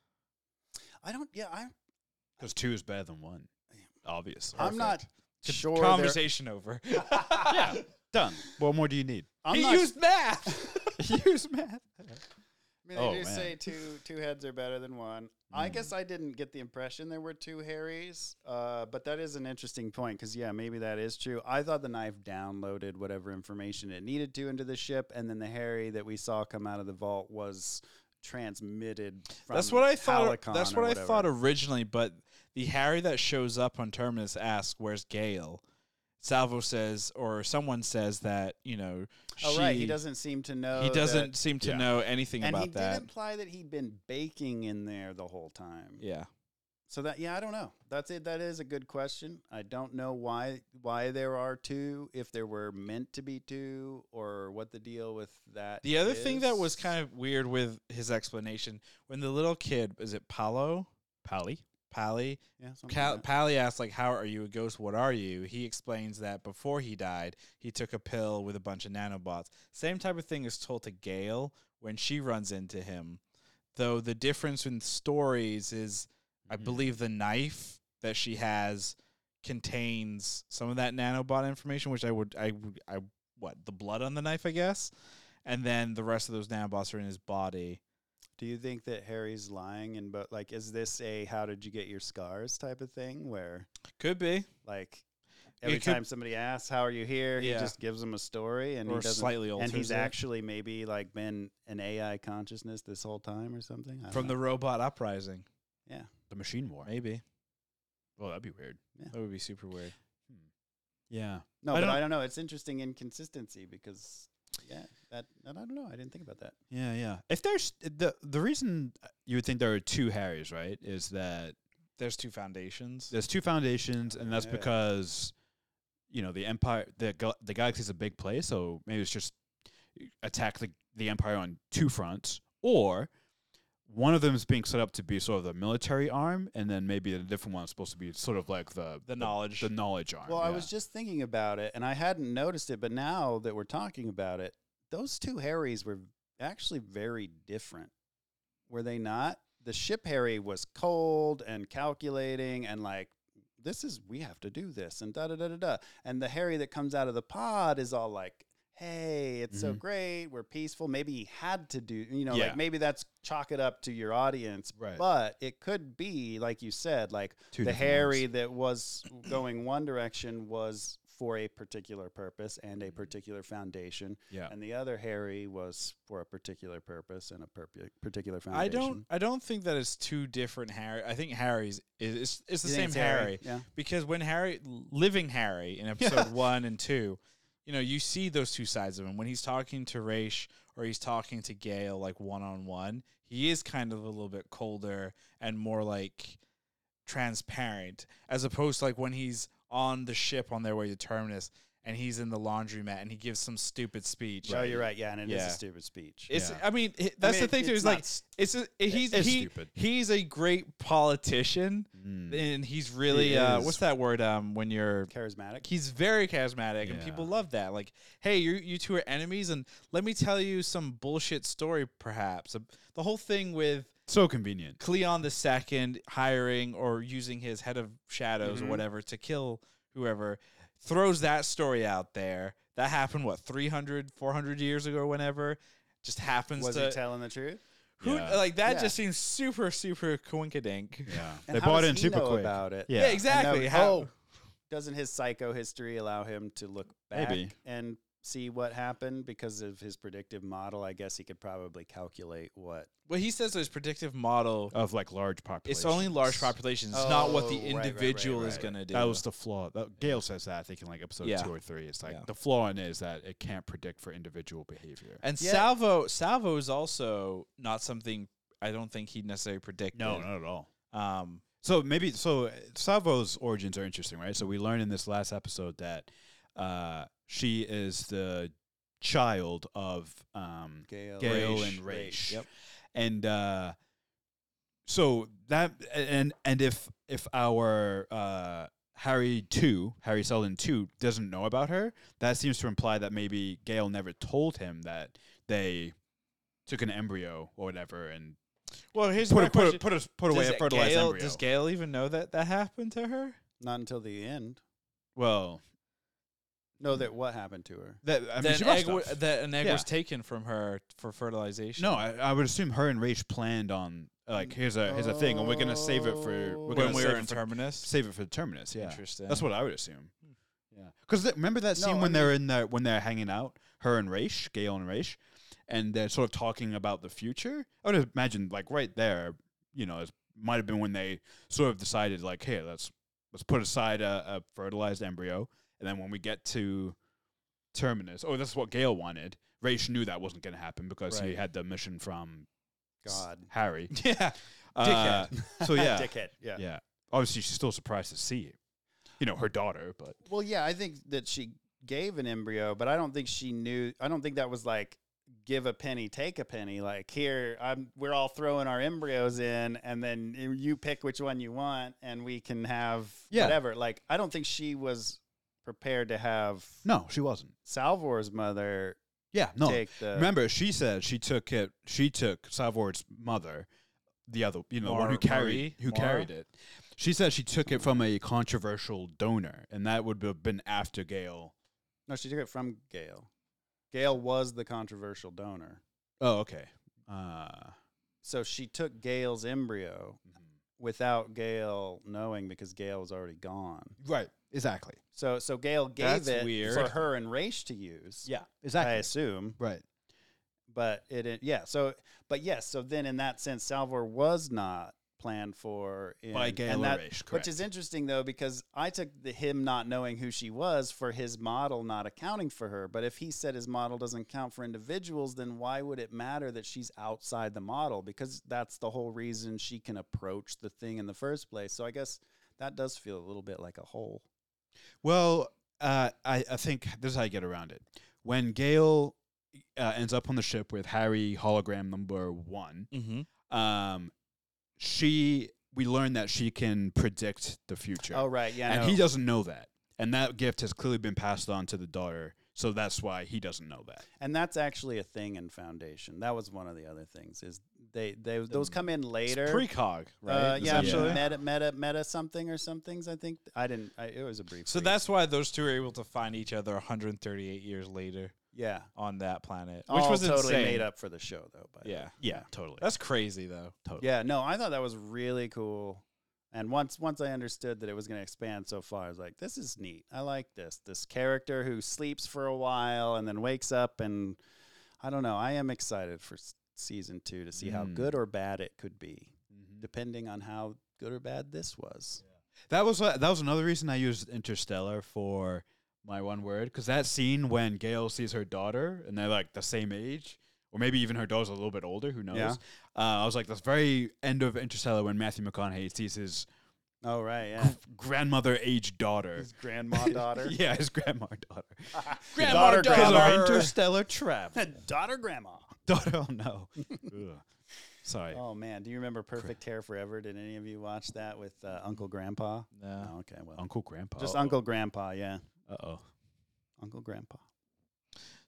I don't. Yeah, I, Because two is better than one. Obviously. I'm not Con- sure. there- Conversation over. yeah. Done. What more do you need? I'm he not used math. he used math. I mean, they Oh, do man. say two two heads are better than one. I Mm. guess I didn't get the impression there were two Harrys, uh, but that is an interesting point because yeah, maybe that is true. I thought the knife downloaded whatever information it needed to into the ship, and then the Harry that we saw come out of the vault was transmitted. From That's what I thought. Halicon that's or what I whatever. thought originally. But the Harry that shows up on Terminus asks, "Where's Gail?" Salvo says, or someone says that you know Oh she. right, he doesn't seem to know. he that- doesn't seem to yeah. know anything and about he that. did imply that he'd been baking in there the whole time. Yeah, So that yeah, I don't know. That's it. That is a good question. I don't know why why there are two, if there were meant to be two, or what the deal with that. the other thing that is. was kind of weird with his explanation when the little kid is it Paolo Pally. Pally Oh, yeah, something Cal- like that. Pally asks, like, how are you a ghost? What are you? He explains that before he died, he took a pill with a bunch of nanobots. Same type of thing is told to Gail when she runs into him. Though the difference in stories is, I Mm-hmm. Mhm. believe the knife that she has contains some of that nanobot information, which I would, I, would- I, what, the blood on the knife, I guess? And then the rest of those nanobots are in his body. Do you think that Harry's lying and but like is this a how did you get your scars type of thing where Could be. like every could- time somebody asks how are you here, Yeah. he just gives them a story and he or doesn't slightly alters and he's it. actually maybe like been an AI consciousness this whole time or something. I don't From know. the robot uprising. The machine war. Maybe. Well, that'd be weird. That would be super weird. Hmm. Yeah. No, I but don't- I don't know. It's interesting inconsistency because yeah, that and I don't know. I didn't think about that. Yeah, yeah. If there's the the reason you would think there are two Harrys, right, is that there's two foundations. there's two foundations, and that's Yeah. because you know the empire, the gal- the galaxy is a big place, so maybe it's just attack the the empire on two fronts, or one of them is being set up to be sort of the military arm, and then maybe the different one is supposed to be sort of like the The knowledge. the knowledge arm. Well, I Uh, yeah. was just thinking about it, and I hadn't noticed it, but now that we're talking about it, those two Harrys were actually very different, were they not? The ship Harry was cold and calculating, and like, this is we have to do this, and da da da da da. And the Harry that comes out of the pod is all like. Hey, it's so Mhm. great. We're peaceful. Maybe he had to do, you know, Yeah. like maybe that's chalk it up to your audience. Right. But it could be, like you said, like Two the different ones. Harry that was going one direction was for a particular purpose and a Mm-hmm. particular foundation, yeah. and the other Harry was for a particular purpose and a perp- particular foundation. I don't. I don't think that it's two different Harry. I think Harry's is it's, it's the You think same it's Harry, Yeah. because when Harry, living Harry, in episode one and two, you know, you see those two sides of him when he's talking to Raish or he's talking to Gale like one on one. He is kind of a little bit colder and more like transparent, as opposed to like when he's on the ship on their way to Terminus and he's in the laundromat and he gives some stupid speech. Oh, you're right. Yeah, and it is Yeah. a stupid speech. It's. Yeah. I mean, hi- that's mean, the thing too. it's Is like not s- it's. A, he's it's he, stupid. He's a great politician, Mm. and he's really. He uh, is. what's that word? Um, when you're. charismatic. He's very charismatic, and people Yeah. love that. Like, hey, you you two are enemies, and let me tell you some bullshit story. Perhaps Uh, the whole thing with So convenient. Cleon the Second hiring or using his head of shadows Mm-hmm. Mhm. or whatever to kill whoever throws that story out there. That happened what 300, 400 years ago, or whenever. Just happens Was to he telling the truth? who Yeah. like that Yeah. just seems super super coinkadink. Yeah. And they how bought does in he super know quick. about it? Yeah. Yeah, And exactly. now- How- oh, doesn't his psycho history allow him to look back Maybe. and see what happened because of his predictive model? I guess he could probably calculate what Well, he says his predictive model. Of like large populations. It's only large populations. It's not what the Oh, right, right, right, individual is right. going to do. That was the flaw. That, Gail says that I think in like episode Yeah. two or three. It's like Yeah. the flaw in it is that it can't predict for individual behavior. and Yeah. Salvo Salvo is also not something I don't think he necessarily predicted. no, not at all. Um, So maybe so uh, Savo's origins are interesting, right? So we learned in this last episode that uh, she is the child of um, Gale, Gale Raish. and Raish. Yep. And uh, so that and and if if our uh, Harry two, Harry Selden two, doesn't know about her, that seems to imply that maybe Gale never told him that they took an embryo or whatever and well, here's put my a, put question. a, put a, put away does a fertilized Gale, embryo. Does Gail even know that that happened to her? not until the end. well, Hmm. No, that what happened to her? that I mean, that, she an must egg wa- have. that an egg Yeah. was taken from her for fertilization. No, I, I would assume her and Raish planned on like here's a here's a thing, and we're gonna save it for we're when gonna we save were it in for, terminus. save it for terminus. Yeah, Interesting. that's what I would assume. Yeah, because remember that Hmm. No, scene I when they're in the when they're hanging out, her and Raish, Gail and Raish, and they're sort of talking about the future. I would imagine like right there, you know, it might have been when they sort of decided like, hey, let's let's put aside a, a fertilized embryo, and then when we get to terminus, oh, that's what Gail wanted. Raish knew that wasn't going to happen because he Right. had the mission from s- God. Ah, Harry. Yeah. Uh, so yeah, Dickhead. Yeah. yeah. Obviously, she's still surprised to see, you know, her daughter. But Well, yeah, I think that she gave an embryo, but I don't think she knew. I don't think that was like give a penny, take a penny. Like here, I'm we're all throwing our embryos in, and then y- you pick which one you want, and we can have Yeah. whatever. Like I don't think she was prepared to have no, she wasn't. Salvor's mother Yeah, no. take the. Remember, she said she took it. She took Savor's mother, the other, you know, the one who Mar- carried Marie? who Mara? carried it. She said she took it from a controversial donor, and that would have been after Gail. No, she took it from Gail. Gail was the controversial donor. Oh, okay. Uh, so she took Gail's embryo mm-hmm. without Gail knowing because Gail was already gone. right. Exactly. So so Gail gave That's it weird. for her and Raish to use. Yeah. I Exactly. assume. right. But it, it yeah, so but yes, so then in that sense Salvor was not planned for in, By Gail and or that- Raish, correct. Which is interesting though because I took the, him not knowing who she was for his model not accounting for her. But if he said his model doesn't count for individuals, then why would it matter that she's outside the model? Because that's the whole reason she can approach the thing in the first place. So I guess that does feel a little bit like a hole. Well, uh, I, I think this is how you get around it. When Gail uh, ends up on the ship with Harry hologram number one. Mm-hmm. Um, she we learn that she can predict the future, Oh right, yeah. and no. he doesn't know that. And that gift has clearly been passed on to the daughter, so that's why he doesn't know that. and that's actually a thing in Foundation. That was one of the other things is they they those come in later. It's precog, right? Uh, Is yeah, that- Essentially. meta meta meta something or somethings. I think I didn't. I, it was a brief. So read. that's why those two are able to find each other 138 years later yeah, on that planet, which which was Oh, totally insane. made up for the show though. By the way. Yeah, yeah, totally. that's crazy though. totally. Yeah, no, I thought that was really cool. And once once I understood that it was going to expand so far, I was like, this is neat. I like this. This character who sleeps for a while and then wakes up and I don't know. I am excited for s- season 2 to see how Mm. good or bad it could be, Mhm. depending on how good or bad this was. That was uh, that was another reason I used Interstellar for my one word because that scene when Gail sees her daughter and they're like the same age, or maybe even her daughter's a little bit older. Who knows? Yeah. Uh, I was like, that's very end of Interstellar when Matthew McConaughey sees his Oh right, yeah. grandmother aged daughter. His grandma daughter. yeah, his grandma daughter. Grandma, daughter, Because daughter. of grandma. interstellar travel. daughter grandma. daughter, oh no. Ugh. Sorry. Oh man, do you remember Perfect Hair Forever? Did any of you watch that with uh, Uncle Grandpa? No. Oh, okay, well. Uncle Grandpa. Just Uncle Grandpa, oh. yeah. Uh oh. Uncle Grandpa.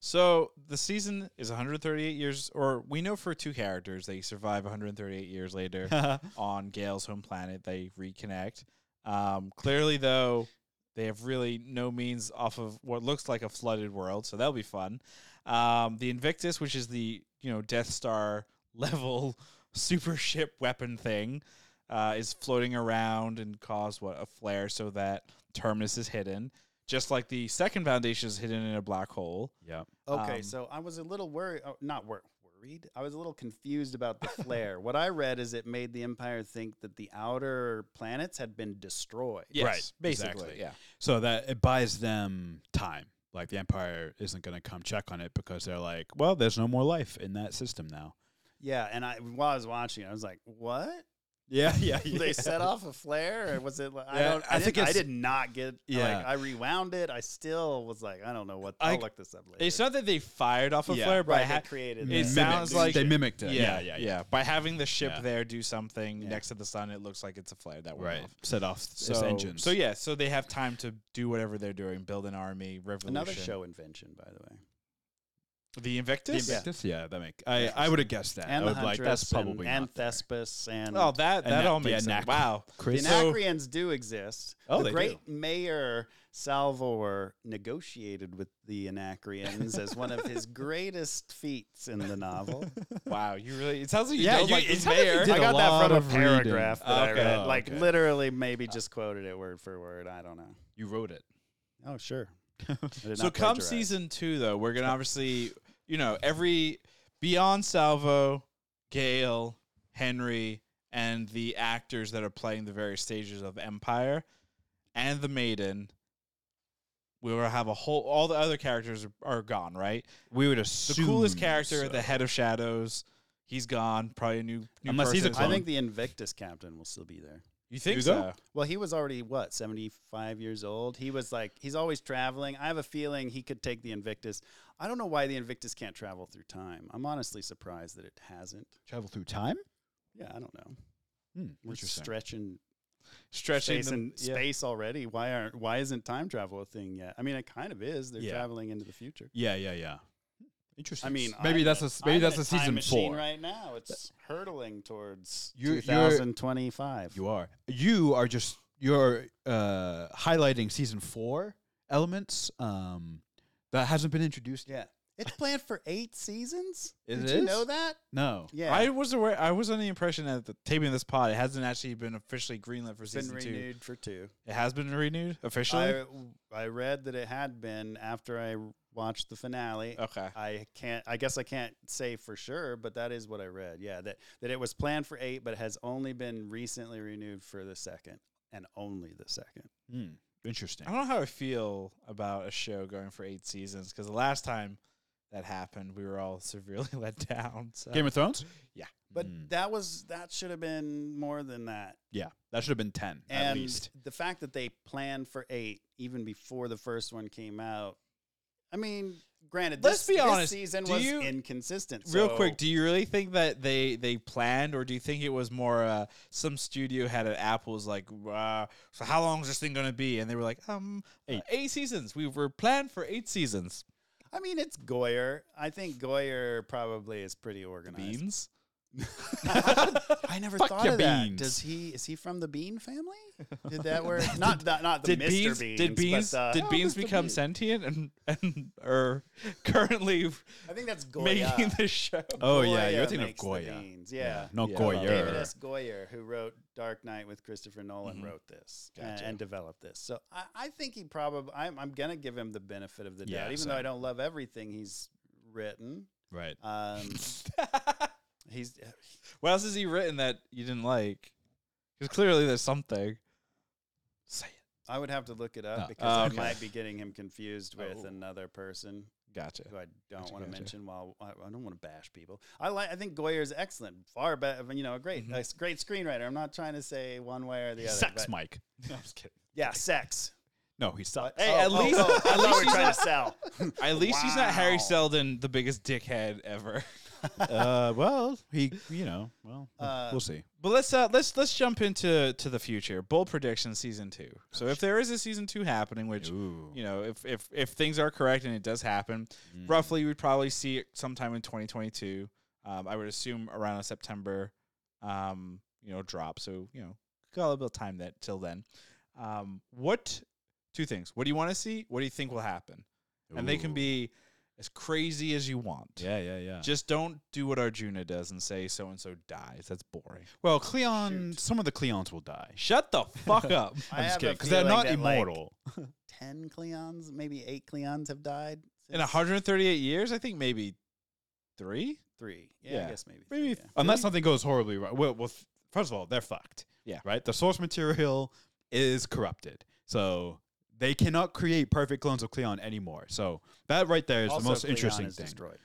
So the season is 138 years, or we know for two characters they survive 138 years later on Gail's home planet. They reconnect. Um, clearly, though, they have really no means off of what looks like a flooded world, so that'll be fun. Um, the Invictus, which is the you know Death Star level super ship weapon thing, uh, is floating around and caused what a flare, so that Terminus is hidden, just like the second Foundation is hidden in a black hole. yeah. Okay, Um, so I was a little worried, oh, not wor- worried. I was a little confused about the flare. what I read is it made the Empire think that the outer planets had been destroyed. Yes, Right, basically, exactly. yeah. So that it buys them time. Like the Empire isn't going to come check on it because they're like, well, there's no more life in that system now. Yeah, and I while I was watching, it, I was like, "What? Yeah, yeah, They set off a flare, or was it? Like, I Yeah, don't. I, I think think I it's- did not get. Yeah, Yeah. like, I rewound it. I still was like, I don't know what. I- I'll look this up later. It's not that they fired off a Yeah. flare, but I right. ha- they created. it that. sounds like- they mimicked it. Yeah, yeah, yeah, By having the ship Yeah. there do something Yeah. next to the sun, it looks like it's a flare that went Right. off. Set off So, its engines. so yeah, so they have time to do whatever they're doing, build an army, revolution. another show invention, by the way. the The Invictus. Invictus? Yeah. that make I, I would have guessed that. And I the would like that's Huntress and, probably and not there. Thespis and Oh, that And that that- all the makes sense. Anac- Wow. The Chris. So- Anacreans do exist. Oh, the they great mayor Salvor negotiated with the Anacreans as one of his greatest feats in the novel. Wow, you really it sounds like you Yeah, don't you- like it the sounds like you mayor. did I a got that from lot a of reading. paragraph that Okay. I read. Oh, like okay. literally maybe just quoted it word for word. I don't know. you wrote it. Oh, sure. I did So not come plagiarize. season two though, we're gonna obviously you know, every beyond Salvo, Gail, Henry, and the actors that are playing the various stages of Empire and the Maiden, we will have a whole all the other characters are, are gone, right? We would The assume. coolest character, so. the head of shadows, he's gone. Probably a new, new Unless he's a person. I think the Invictus captain will still be there. you think so. Hugo? Well, he was already what, 75 years old? He was like he's always traveling. I have a feeling he could take the Invictus. I don't know why the Invictus can't travel through time. I'm honestly surprised that it hasn't. Travel through time? Yeah, I don't know. Hmm, We're interesting. stretching Stretching space them- and yeah. space already. Why aren't why isn't time travel a thing yet? I mean, it kind of is. They're Yeah. traveling into the future. Yeah, yeah, yeah. Interesting. I mean, maybe I'm that's in a maybe I'm in that's a time season machine four. right now. It's hurtling towards You're- you're- 2025. You are. You are just you're uh, highlighting season four elements um, that hasn't been introduced. yeah. It's planned for 8 seasons? It Did you is? know that? No. Yeah. I was aware. I was under the impression that the taping of this pod, it hasn't actually been officially greenlit for been season two. renewed for 2. It has been renewed officially. I, I read that it had been after I watched the finale. okay. I can't. I guess I can't say for sure, but that is what I read. Yeah, that that it was planned for eight, but has only been recently renewed for the second, and only the second. Hmm. Interesting. I don't know how I feel about a show going for eight seasons because the last time that happened, we were all severely let down. So. Game of Thrones. But Hmm. Mm. that was that should have been more than that. Yeah, that should have been ten at and least. the fact that they planned for eight even before the first one came out, I mean, granted, Let's this, be this honest, season do was you- inconsistent. Real so- quick, do you really think that they they planned, or do you think it was more uh, some studio had an Apple was like, uh, so how long is this thing gonna be? And they were like, um, eight, Eight. eight seasons. We were planned for eight seasons. I mean, it's Goyer. I think Goyer probably is pretty organized. Beans. I never Fuck thought your of that. beans. Does he is he from the Bean family? Did that work? not not not the Did Mr. beans, Beans. did beans But, uh, did Oh, beans Mr. become Bean. sentient and and are currently I think that's Goya. making the show? Oh yeah, you're Goya thinking of makes the Goya. beans, Yeah. Not Yeah. David Goyer. S. Goyer, who wrote Dark Knight with Christopher Nolan, Mhm. wrote this a- Mm-hmm. Gotcha. and developed this. So I, I think he probably, I'm, I'm going to give him the benefit of the Yeah, doubt, even though same. I don't love everything he's written. Right. Um, he's, what else has he written that you didn't like? Because clearly there's something. Say it. I would have to look it up Oh, because okay. I might be getting him confused with Oh. another person Gotcha. who I don't Gotcha, want to gotcha. mention. While I, I don't want to bash people, I like. I think Goyer is excellent, far better. You know, a great, Mhm. a s- great screenwriter. I'm not trying to say one way or the other. Mm-hmm. Sex but- Mike. No, I'm just kidding. Yeah, sex. No, he sucks. Hey, at least- oh, at least I thought we he's were trying not- to sell. At least he's not Harry Wow. Seldon, the biggest dickhead ever. uh, well, he, you know, well, Uh, we'll see. But let's uh, let's let's jump into to the future. Bold prediction season two. So if there is a season two happening, which Ooh. you know, if if if things are correct and it does happen, roughly we'd probably see it sometime in 2022. Um, I would assume around a September, um, you know, drop. So you know, got a little bit of time that till then. Um, what two things? What do you want to see? What do you think will happen? And they can Ooh. be as crazy as you want. Yeah, yeah, yeah. Just don't do what Arjuna does and say so and so dies. That's boring. well, Cleon, some of the Cleons will die. Shut the fuck up. I I'm have just a kidding because they're feeling not that, like, immortal. Ten Cleons, maybe eight Cleons have died. In since 138 years, I think maybe three. three. Yeah, Yeah. I guess maybe. Maybe Three, th- yeah. Unless something goes horribly wrong. Well, well, th- first of all, they're fucked. Yeah. Right? The source material is corrupted. So they cannot create perfect clones of Cleon anymore. So that right there is Also, the most Cleon interesting is thing. Destroyed.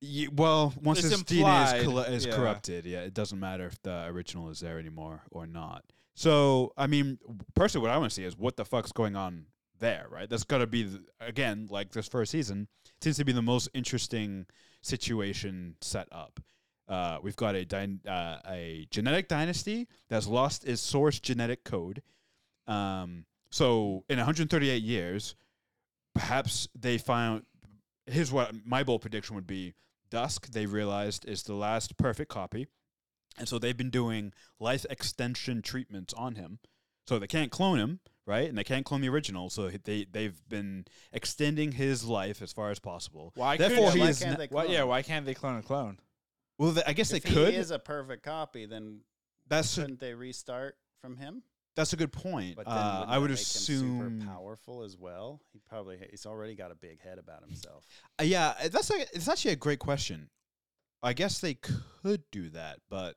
Ye- well, once It's his DNA implied, is, colla is yeah. corrupted, yeah, it doesn't matter if the original is there anymore or not. So, I mean, w- personally, what I want to see is what the fuck's going on there, right? That's got to be, th- again, like this first season, seems to be the most interesting situation set up. Uh, we've got a, dyn- uh, a genetic dynasty that's lost its source genetic code. Um, so, in 138 years, perhaps they found. Here's what my bold prediction would be Dusk, they realized, is the last perfect copy. And so they've been doing life extension treatments on him. So they can't clone him, right? And they can't clone the original. So he- they, they've been extending his life as far as possible. Why couldn't- Therefore, yeah, he why is can't not- they Why, clone yeah, him? why can't they clone a clone? well, th- I guess If they he could. is a perfect copy, then that's a, shouldn't they restart from him? that's a good point. But then Uh, wouldn't I that would make him assume. super powerful as well. He probably he's already got a big head about himself. Uh, yeah, uh, that's a, it's actually a great question. I guess they could do that, but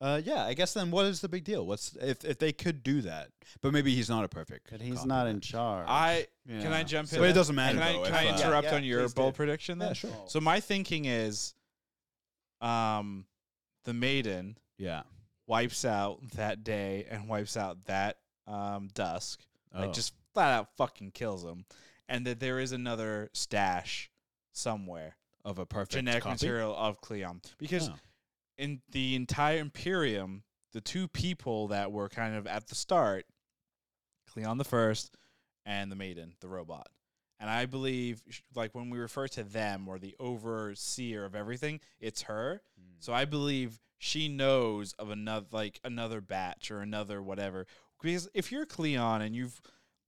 uh, yeah, I guess then what is the big deal? What's if if they could do that, but maybe he's not a perfect. But he's copy not then. in charge. Ah, I Yeah. can I jump in? But then? it doesn't matter. Can I, though, can if, I uh, Yeah, interrupt yeah, on your please bold do. prediction then? Yeah, sure. Oh. So my thinking is, um, the maiden Yeah, wipes out that day and wipes out that um dusk. Oh. Like just flat out fucking kills him, and that there is another stash somewhere of a perfect genetic copy? material of Cleon because Oh. in the entire Imperium, the two people that were kind of at the start, Cleon the First and the Maiden, the robot. And I believe, sh- like, when we refer to them or the overseer of everything, it's her. So I believe she knows of another, like, another batch or another whatever. Because if you're Cleon and you've,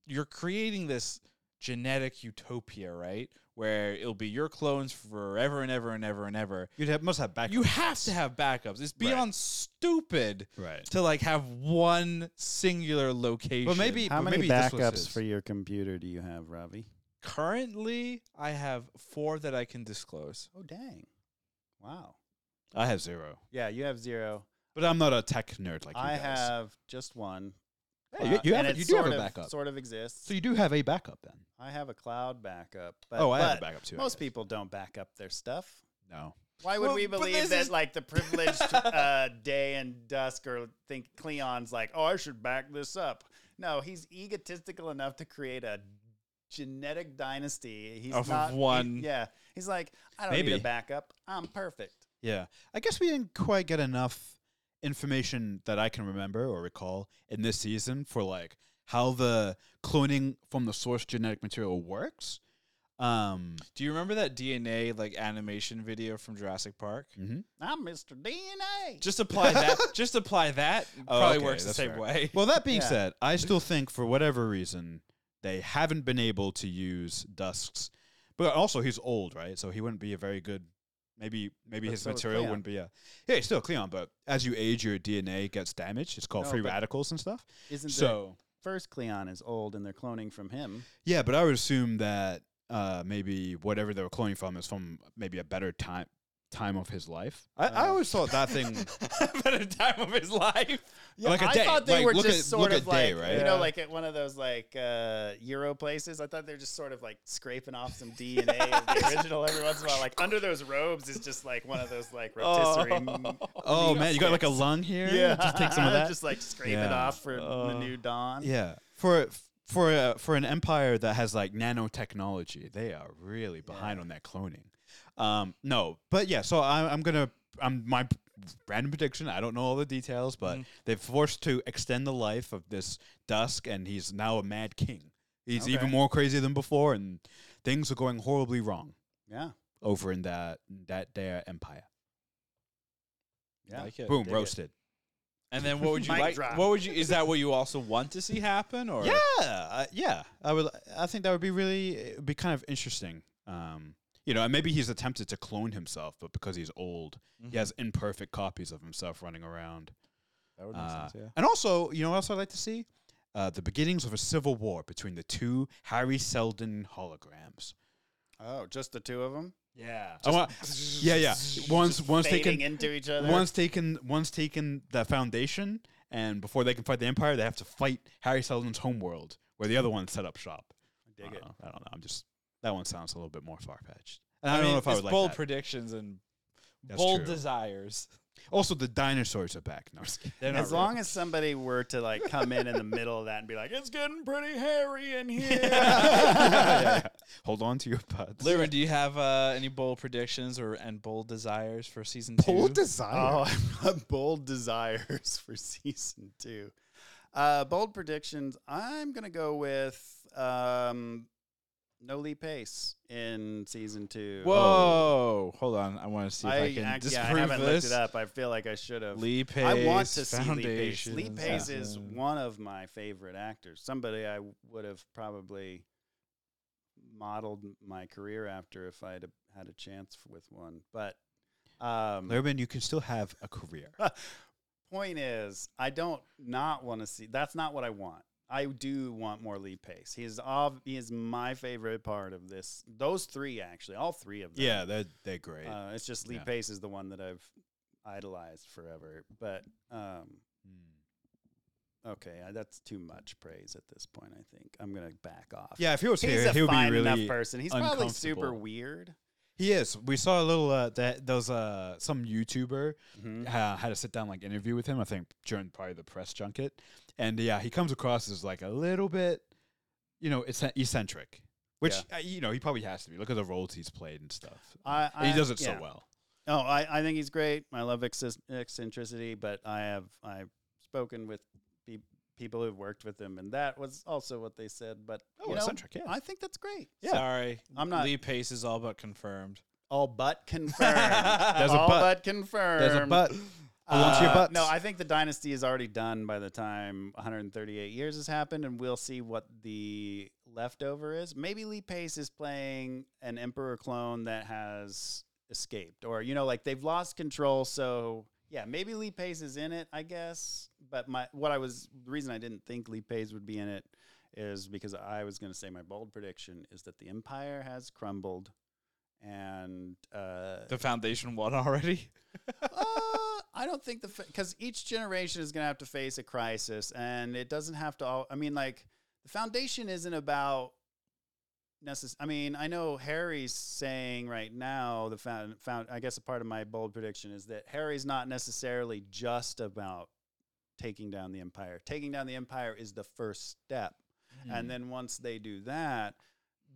you're creating this genetic utopia, right? Where it'll be your clones forever and ever and ever and ever you'd have must have back. you have to have backups. It's beyond stupid right. to like have one singular location. Well, maybe How but many maybe this was backups his. for your computer do you have, Ravi? currently I have four that I can disclose. Oh dang! Wow. I have zero, Yeah, you have zero. but I'm not a tech nerd like you I guys. have just one. Yeah, you, cloud- you have and a- it you do have sort a of- backup. Sort of exists. So you do have a backup then. I have a cloud backup. But, oh, I have a but backup too. I Most guess. people don't back up their stuff. No. Why would Well, we but believe this that is- like the privileged uh, day and dusk or think Cleon's like, oh, I should back this up? No, he's egotistical enough to create a genetic dynasty. He's Of not he- one. yeah, he's like, I don't need Maybe. a backup. I'm perfect. Yeah. I guess we didn't quite get enough information that I can remember or recall in this season for like how the cloning from the source genetic material works. Um Do you remember that DNA like animation video from Jurassic Park? I'm Mr. DNA. Just apply that. just apply that. Oh, Probably okay, works the that's same fair. way. Well, that being Yeah. said, I still think for whatever reason they haven't been able to use Dusk's. But also, he's old, right? So he wouldn't be a very good. Maybe maybe But his so is material Cleon. wouldn't be a. Yeah, he's still Cleon, but as you age, your DNA gets damaged. It's called No, free but- radicals and stuff. Isn't so, So first Cleon is old and they're cloning from him. yeah, but I would assume that uh, maybe whatever they were cloning from is from maybe a better time time of his life. Uh, I, I Oh. always thought that thing. Better time of his life. Yeah, Like a I day, thought they like, were look just at- sort look of at day, like right? you know, Yeah. like at one of those like uh, Euro places. I thought they were just sort of like scraping off some DNA of the original every once in a while. Like under those robes is just like one of those like rotisserie. m- oh meat man, you got like a sticks. lung here. yeah, just take some of that. just like scrape it Yeah. off for the Oh. new dawn. Yeah, for for uh, for an empire that has like nanotechnology, they are really behind on that cloning. Um, no, but yeah. So I, I'm gonna I'm my p- random prediction. I don't know all the details, but Mm. they've forced to extend the life of this Dusk, and he's now a mad king. He's even Okay. more crazy than before, and things are going horribly wrong yeah, over in that that their empire. yeah. Boom, Dig it. roasted. And then what would you Mic like? drop. What would you? Is that what you also want to see happen? Or Yeah, uh, yeah. I would. I think that would be really it would be kind of interesting. Um, you know, and maybe he's attempted to clone himself, but because he's old, Mm-hmm. he has imperfect copies of himself running around. that would Uh, And also, you know, what else I'd like to see uh, the beginnings of a civil war between the two Harry Seldon holograms. Oh, just the two of them Yeah. I want, yeah, yeah. Once, once they fading can, into each other. once taken once taken the foundation and before they can fight the empire they have to fight harry seldon's homeworld where the other one set up shop I dig it. don't know. i don't know i'm just that one sounds a little bit more far-fetched and I, i, don't mean, know if i it's would like bold that. predictions and That's bold true. desires. also the dinosaurs are back no, I'm just kidding. They're not As real. long as somebody were to like come in in the middle of that and be like, "It's getting pretty hairy in here." Yeah, yeah, yeah. hold on to your butts Lyra, do you have uh, any bold predictions or and bold desires for season two? Bold desire Oh, I'm bold desires for season two. Uh, bold predictions. I'm gonna go with um, No Lee Pace in season two. Whoa! Hold on, I want to see if I, I, can act, yeah, disprove I haven't this. looked it up. I feel like I should have. Lee Pace. I want to see Lee Pace. Lee Foundations. Pace is Yeah. one of my favorite actors. Somebody I would have probably modeled my career after if I'd have had a chance with one. But um, Lerman, you can still have a career point is, I don't not want to see. That's not what I want. I do want more Lee Pace. He is of he is my favorite part of this. Those three actually, all three of them. yeah they're, they're great uh, it's just Lee Yeah. Pace is the one that I've idolized forever. But um, Mm. okay, I, that's too much praise at this point. I think I'm gonna back off. yeah if he was he's here a he'll be fine really enough person. He's probably super uncomfortable. weird. he is we saw a little uh that those uh some youtuber ha- had a sit down like interview with him. I think during probably the press junket, and yeah, he comes across as like a little bit, you know, it's eccentric, which uh, you know he probably has to be. Look at the roles he's played and stuff. I, And I- he does it yeah. so well. Oh, I, I think he's great. I love exis- eccentricity, but I have I've spoken with pe- people who've worked with him, and that was also what they said. But Oh, you know, eccentric, yeah. I think that's great. Yeah. Sorry, I'm not- Lee Pace is all but confirmed. All but confirmed. There's a All but. confirmed. There's a butt. Hold on to your Uh, butts. Um, No, I think the dynasty is already done by the time 138 years has happened, and we'll see what the leftover is. Maybe Lee Pace is playing an emperor clone that has escaped, or you know, like they've lost control. So yeah, maybe Lee Pace is in it, I guess. But my what I was the reason I didn't think Lee Pace would be in it is because I was going to say my bold prediction is that the empire has crumbled, and uh, The foundation won already. uh, I don't think the because each generation is going to have to face a crisis, and it doesn't have to all. I mean, like the foundation isn't about. Necess- I mean, I know Harry's saying right now the found, found. I guess a part of my bold prediction is that Harry's not necessarily just about taking down Mm-hmm. the empire. Taking down the empire is the first step, and then once they do that,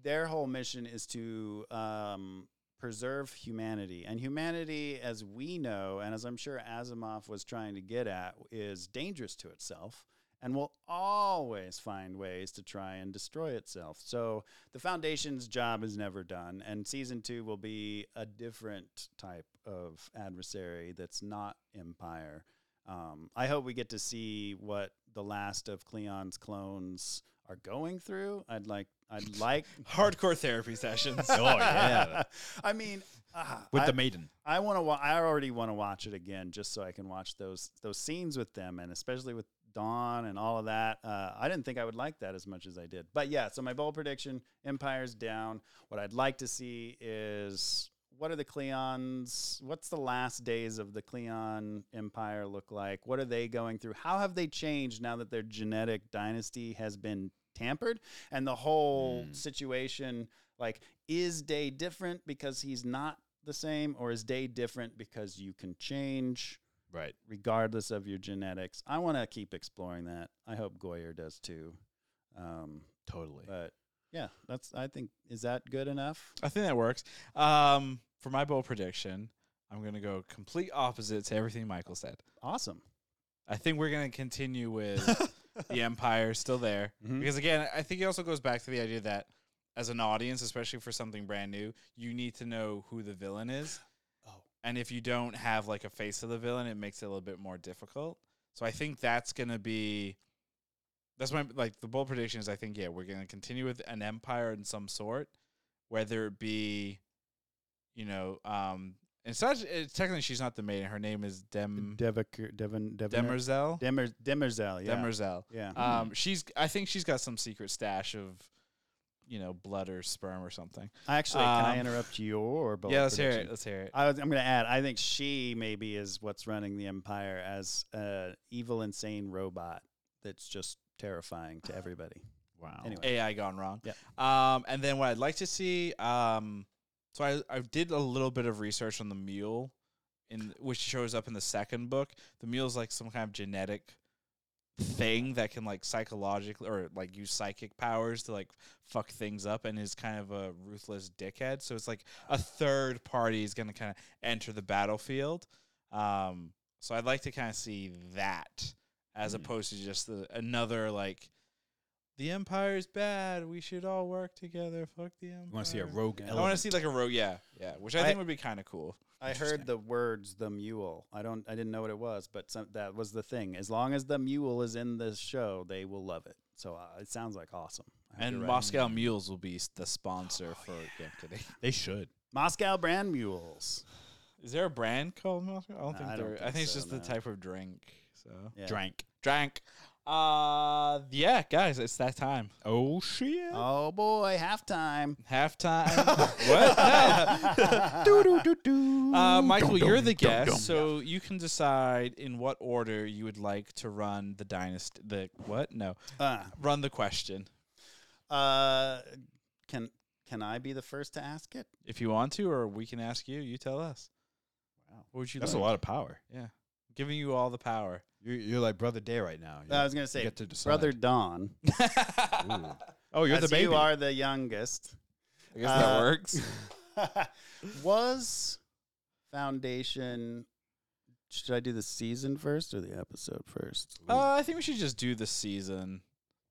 their whole mission is to um, preserve humanity. And humanity, as we know, and as I'm sure Asimov was trying to get at, is dangerous to itself and will always find ways to try and destroy itself. So the Foundation's job is never done. And season two will be a different type of adversary that's not Empire. Um, I hope we get to see what the last of Cleon's clones are going through. I'd like, I'd like, Hardcore therapy sessions. Oh yeah, I mean, ah, with I, the maiden. I want to. Wa- I already want to watch it again, just so I can watch those those scenes with them, and especially with Dawn and all of that. Uh, I didn't think I would like that as much as I did, but yeah. So my bold prediction: Empire's down. What I'd like to see is what are the Cleons? What's the last days of the Cleon Empire look like? What are they going through? How have they changed now that their genetic dynasty has been tampered? And the whole Mm. situation, like, is Day different because he's not the same, or is Day different because you can change Right. regardless of your genetics? I want to keep exploring that. I hope Goyer does too. Um, Totally. but yeah, that's. I think is that good enough? I think that works. Um, for my bold prediction, I'm going to go complete opposite to everything Michael said. Awesome. I think we're going to continue with the Empire still there. Mhm. Because again, I think it also goes back to the idea that as an audience, especially for something brand new, you need to know who the villain is. Oh. And if you don't have like a face of the villain, it makes it a little bit more difficult. So I think that's going to be that's my like the bold prediction is I think yeah, we're going to continue with an empire in some sort, whether it be you know, um and such it's technically she's not the maiden, her name is Dem Devak- Devon, Devon, Demerzel. Demer, Demerzel, yeah, Demerzel. yeah. Um, she's. I think she's got some secret stash of, you know, blood or sperm or something. Actually, can I um, interrupt your? Bold yeah, let's hear it. prediction? Let's hear it. I was, I'm going to add. I think she maybe is what's running the empire as a evil, insane robot that's just terrifying to everybody. wow. Anyway, AI gone wrong. Yeah. Um, and then what I'd like to see. Um, so I I did a little bit of research on the mule, in which shows up in the second book. The mule's like some kind of genetic thing that can like psychologically or like use psychic powers to like fuck things up and is kind of a ruthless dickhead. So it's like a third party is going to kind of enter the battlefield. Um, so I'd like to kind of see that as Hmm. opposed to just the, another like the empire's bad. We should all work together. Fuck the empire. You want to see a rogue I want to element? see like a rogue. Yeah, yeah, which I, I- think would be kind of cool. I Interesting. heard the words "the mule." I don't. I didn't know what it was, but some, that was the thing. As long as the mule is in this show, they will love it. So uh, it sounds like awesome. I hope And you're right. Moscow Mules will be s- the sponsor for. Oh, Yeah, I'm kidding. They should. Moscow brand mules. Is there a brand called Moscow? I don't Nah, think I there. don't I think think it's so, just no. the type of drink. So Yeah. Drank. drank. Uh, yeah, guys, it's that time. Oh shit. Oh boy, halftime. Halftime. what? No. do do do do. Uh, Michael, you're the guest, so you can decide in what order you would like to run the dynasty. The what? No, Uh, run the question Uh, can can I be the first to ask it? if you want to, or we can ask you. You tell us. Wow, what would you? That's a like? lot of power. Yeah, giving you all the power. You're, you're like brother Day right now. I was gonna say, get to decide. brother Don. I Oh, you're the as baby. You are the youngest. guess Uh, that works. was Foundation? Should I do the season first or the episode first? Uh, I think we should just do the season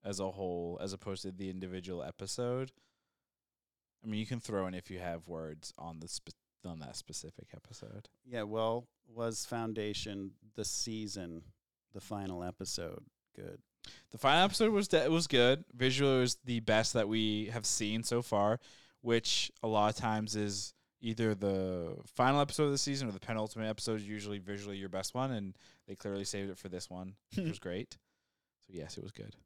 as a whole, as opposed to the individual episode. I mean, you can throw in if you have words on the spe- on that specific episode. Yeah. Well, was Foundation the season, the final episode? Good. The final episode was de- was good. Visually was the best that we have seen so far, which a lot of times is either the final episode of the season or the penultimate episode is usually visually your best one, and they clearly saved it for this one, which Mm, was great. So yes, it was good.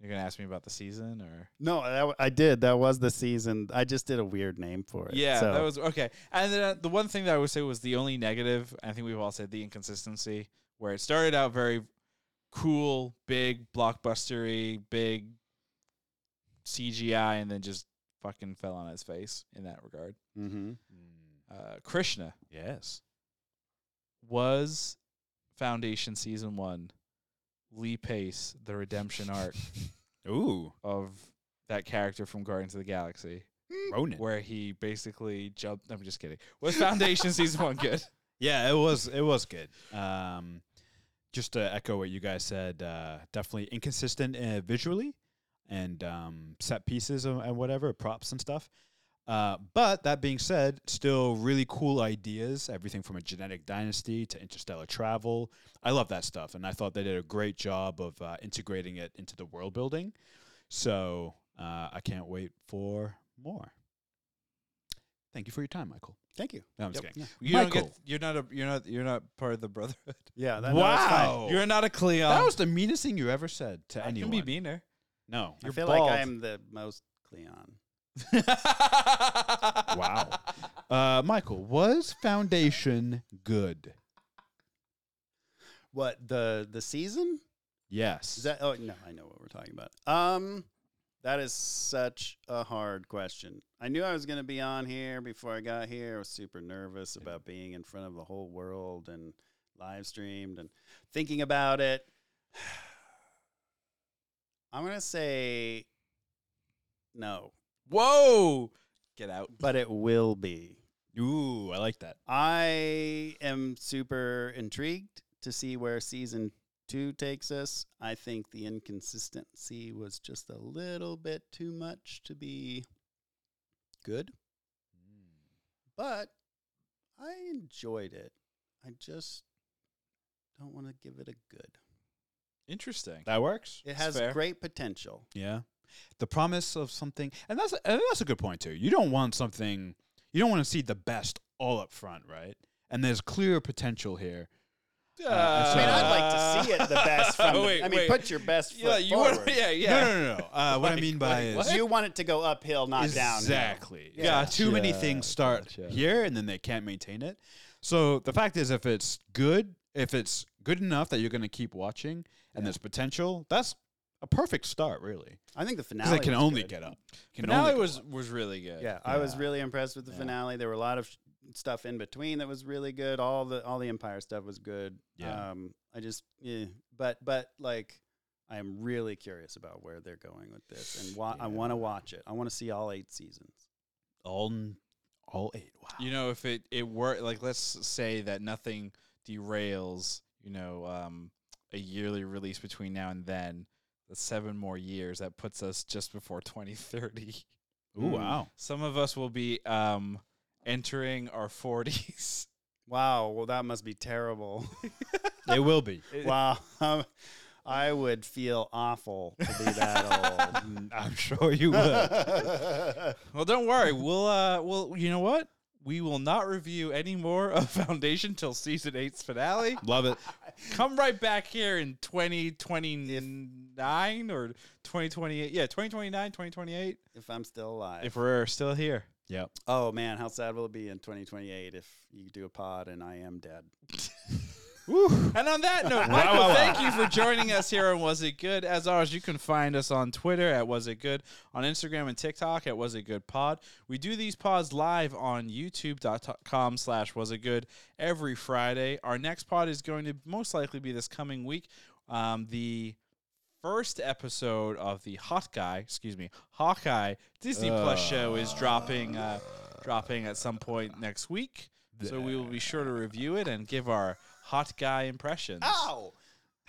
You're gonna ask me about the season or No, that w- I did. That was the season. I just did a weird name for it. Yeah, so- that was okay. And then uh, the one thing that I would say was the only negative, I think we've all said the inconsistency, where it started out very cool, big, blockbustery, big CGI, and then just fucking fell on its face in that regard. Mhm. Mm, Uh, Krishna yes. was Foundation Season 1, Lee Pace, the redemption arc Ooh. of that character from Guardians of the Galaxy, Ronan. where he basically jumped. I'm just kidding. Was Foundation season one good? Yeah, it was it was good. Um, just to echo what you guys said, uh, definitely inconsistent uh, visually and um, set pieces and, and whatever props and stuff. Uh, but that being said, still really cool ideas. Everything from a genetic dynasty to interstellar travel. I love that stuff, and I thought they did a great job of uh, integrating it into the world building. So uh, I can't wait for more. Thank you for your time, Michael. Thank you. No, I'm just Yep. kidding. You Michael. Don't get, you're not a. You're not. You're not part of the Brotherhood. Yeah. That, Wow. You're not a Cleon. That was the meanest thing you ever said to Um, I anyone. can be meaner. No. I feel like I'm the most Cleon. wow. Wow. Uh, Michael, was Foundation good? What the the season? Yes. Is that? Oh no, I know what we're talking about. Um, that is such a hard question. I knew I was going to be on here before I got here. I was super nervous about being in front of the whole world and live streamed and thinking about it. I'm going to say no, Whoa. Get out. but it will be. Ooh, I like that. I am super intrigued to see where season two takes us. I think the inconsistency was just a little bit too much to be good, but I enjoyed it. I just don't want to give it a good. Interesting. That works. It That's has fair. great potential. Yeah. The promise of something, and that's and that's a good point too. You don't want something, you don't want to see the best all up front, right? And there's clear potential here. I mean, I'd like to see it the best from. the- uh, Wait, I mean, wait. put your best foot yeah, you forward. wanna- yeah, yeah. No, no, no, no. Uh, what I Like- mean by like is what? You want it to go uphill, not down. Exactly. Yeah. Yeah. Too many Gotcha, things start gotcha. here and then they can't maintain it. So the fact is, if it's good, if it's good enough that you're going to keep watching and there's potential, that's a perfect start, really. I think the Because finale. it can was only good. get up. Can Finale only go was up. was really good. Yeah, I was Yeah. really impressed with the Yeah. finale. There were a lot of sh- stuff in between that was really good. All the all the Empire stuff was good. Yeah. Um, I just, yeah. but but like, I am really curious about where they're going with this, and wa- Yeah. I want to watch it. I want to see all eight seasons. all n- all eight. Wow. You know, if it it were like let's say that nothing derails, you know, um, a yearly release between now and then, that's seven more years. That puts us just before 2030. Ooh, Mm. wow. Some of us will be um entering our 40s. Wow. Well, that must be terrible. They will be. wow. I would feel awful to be that Mm, I'm sure you will. old. Well, don't worry. We'll uh, we'll you know what? We will not review any more of Foundation till season eight's finale. Love it. Come right back here in 2029 or 2028. Yeah, 2029, 2028. if I'm still alive. If we're still here. Yep. oh man, how sad will it be in 2028 if you do a pod and I am dead? And on that note, Michael, thank you for joining us here on Was It Good. As always, you can find us on Twitter at Was It Good, on Instagram and TikTok at Was It Good Pod. We do these pods live on youtube.com slash Was It Good every Friday. Our next pod is going to most likely be this coming week. Um, the first episode of the Hot Guy, excuse me, Hawkeye Disney Plus show is dropping uh, dropping at some point next week. So we will be sure to review it and give our hot guy impressions. Ow!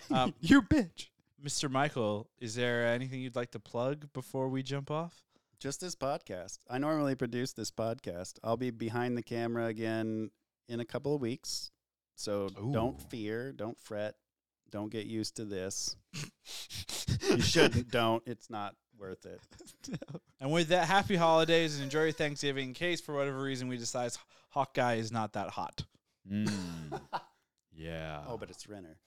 Um, You bitch. Mr. Michael, is there anything you'd like to plug before we jump off? Just this podcast. I normally produce this podcast. I'll be behind the camera again in a couple of weeks. So don't Ooh. fear, don't fret, don't get used to this. You shouldn't, don't. It's not worth it. And with that, happy holidays and enjoy your Thanksgiving in case for whatever reason we decide Hawkeye is not that hot. Mm. Yeah. Oh, but it's Renner.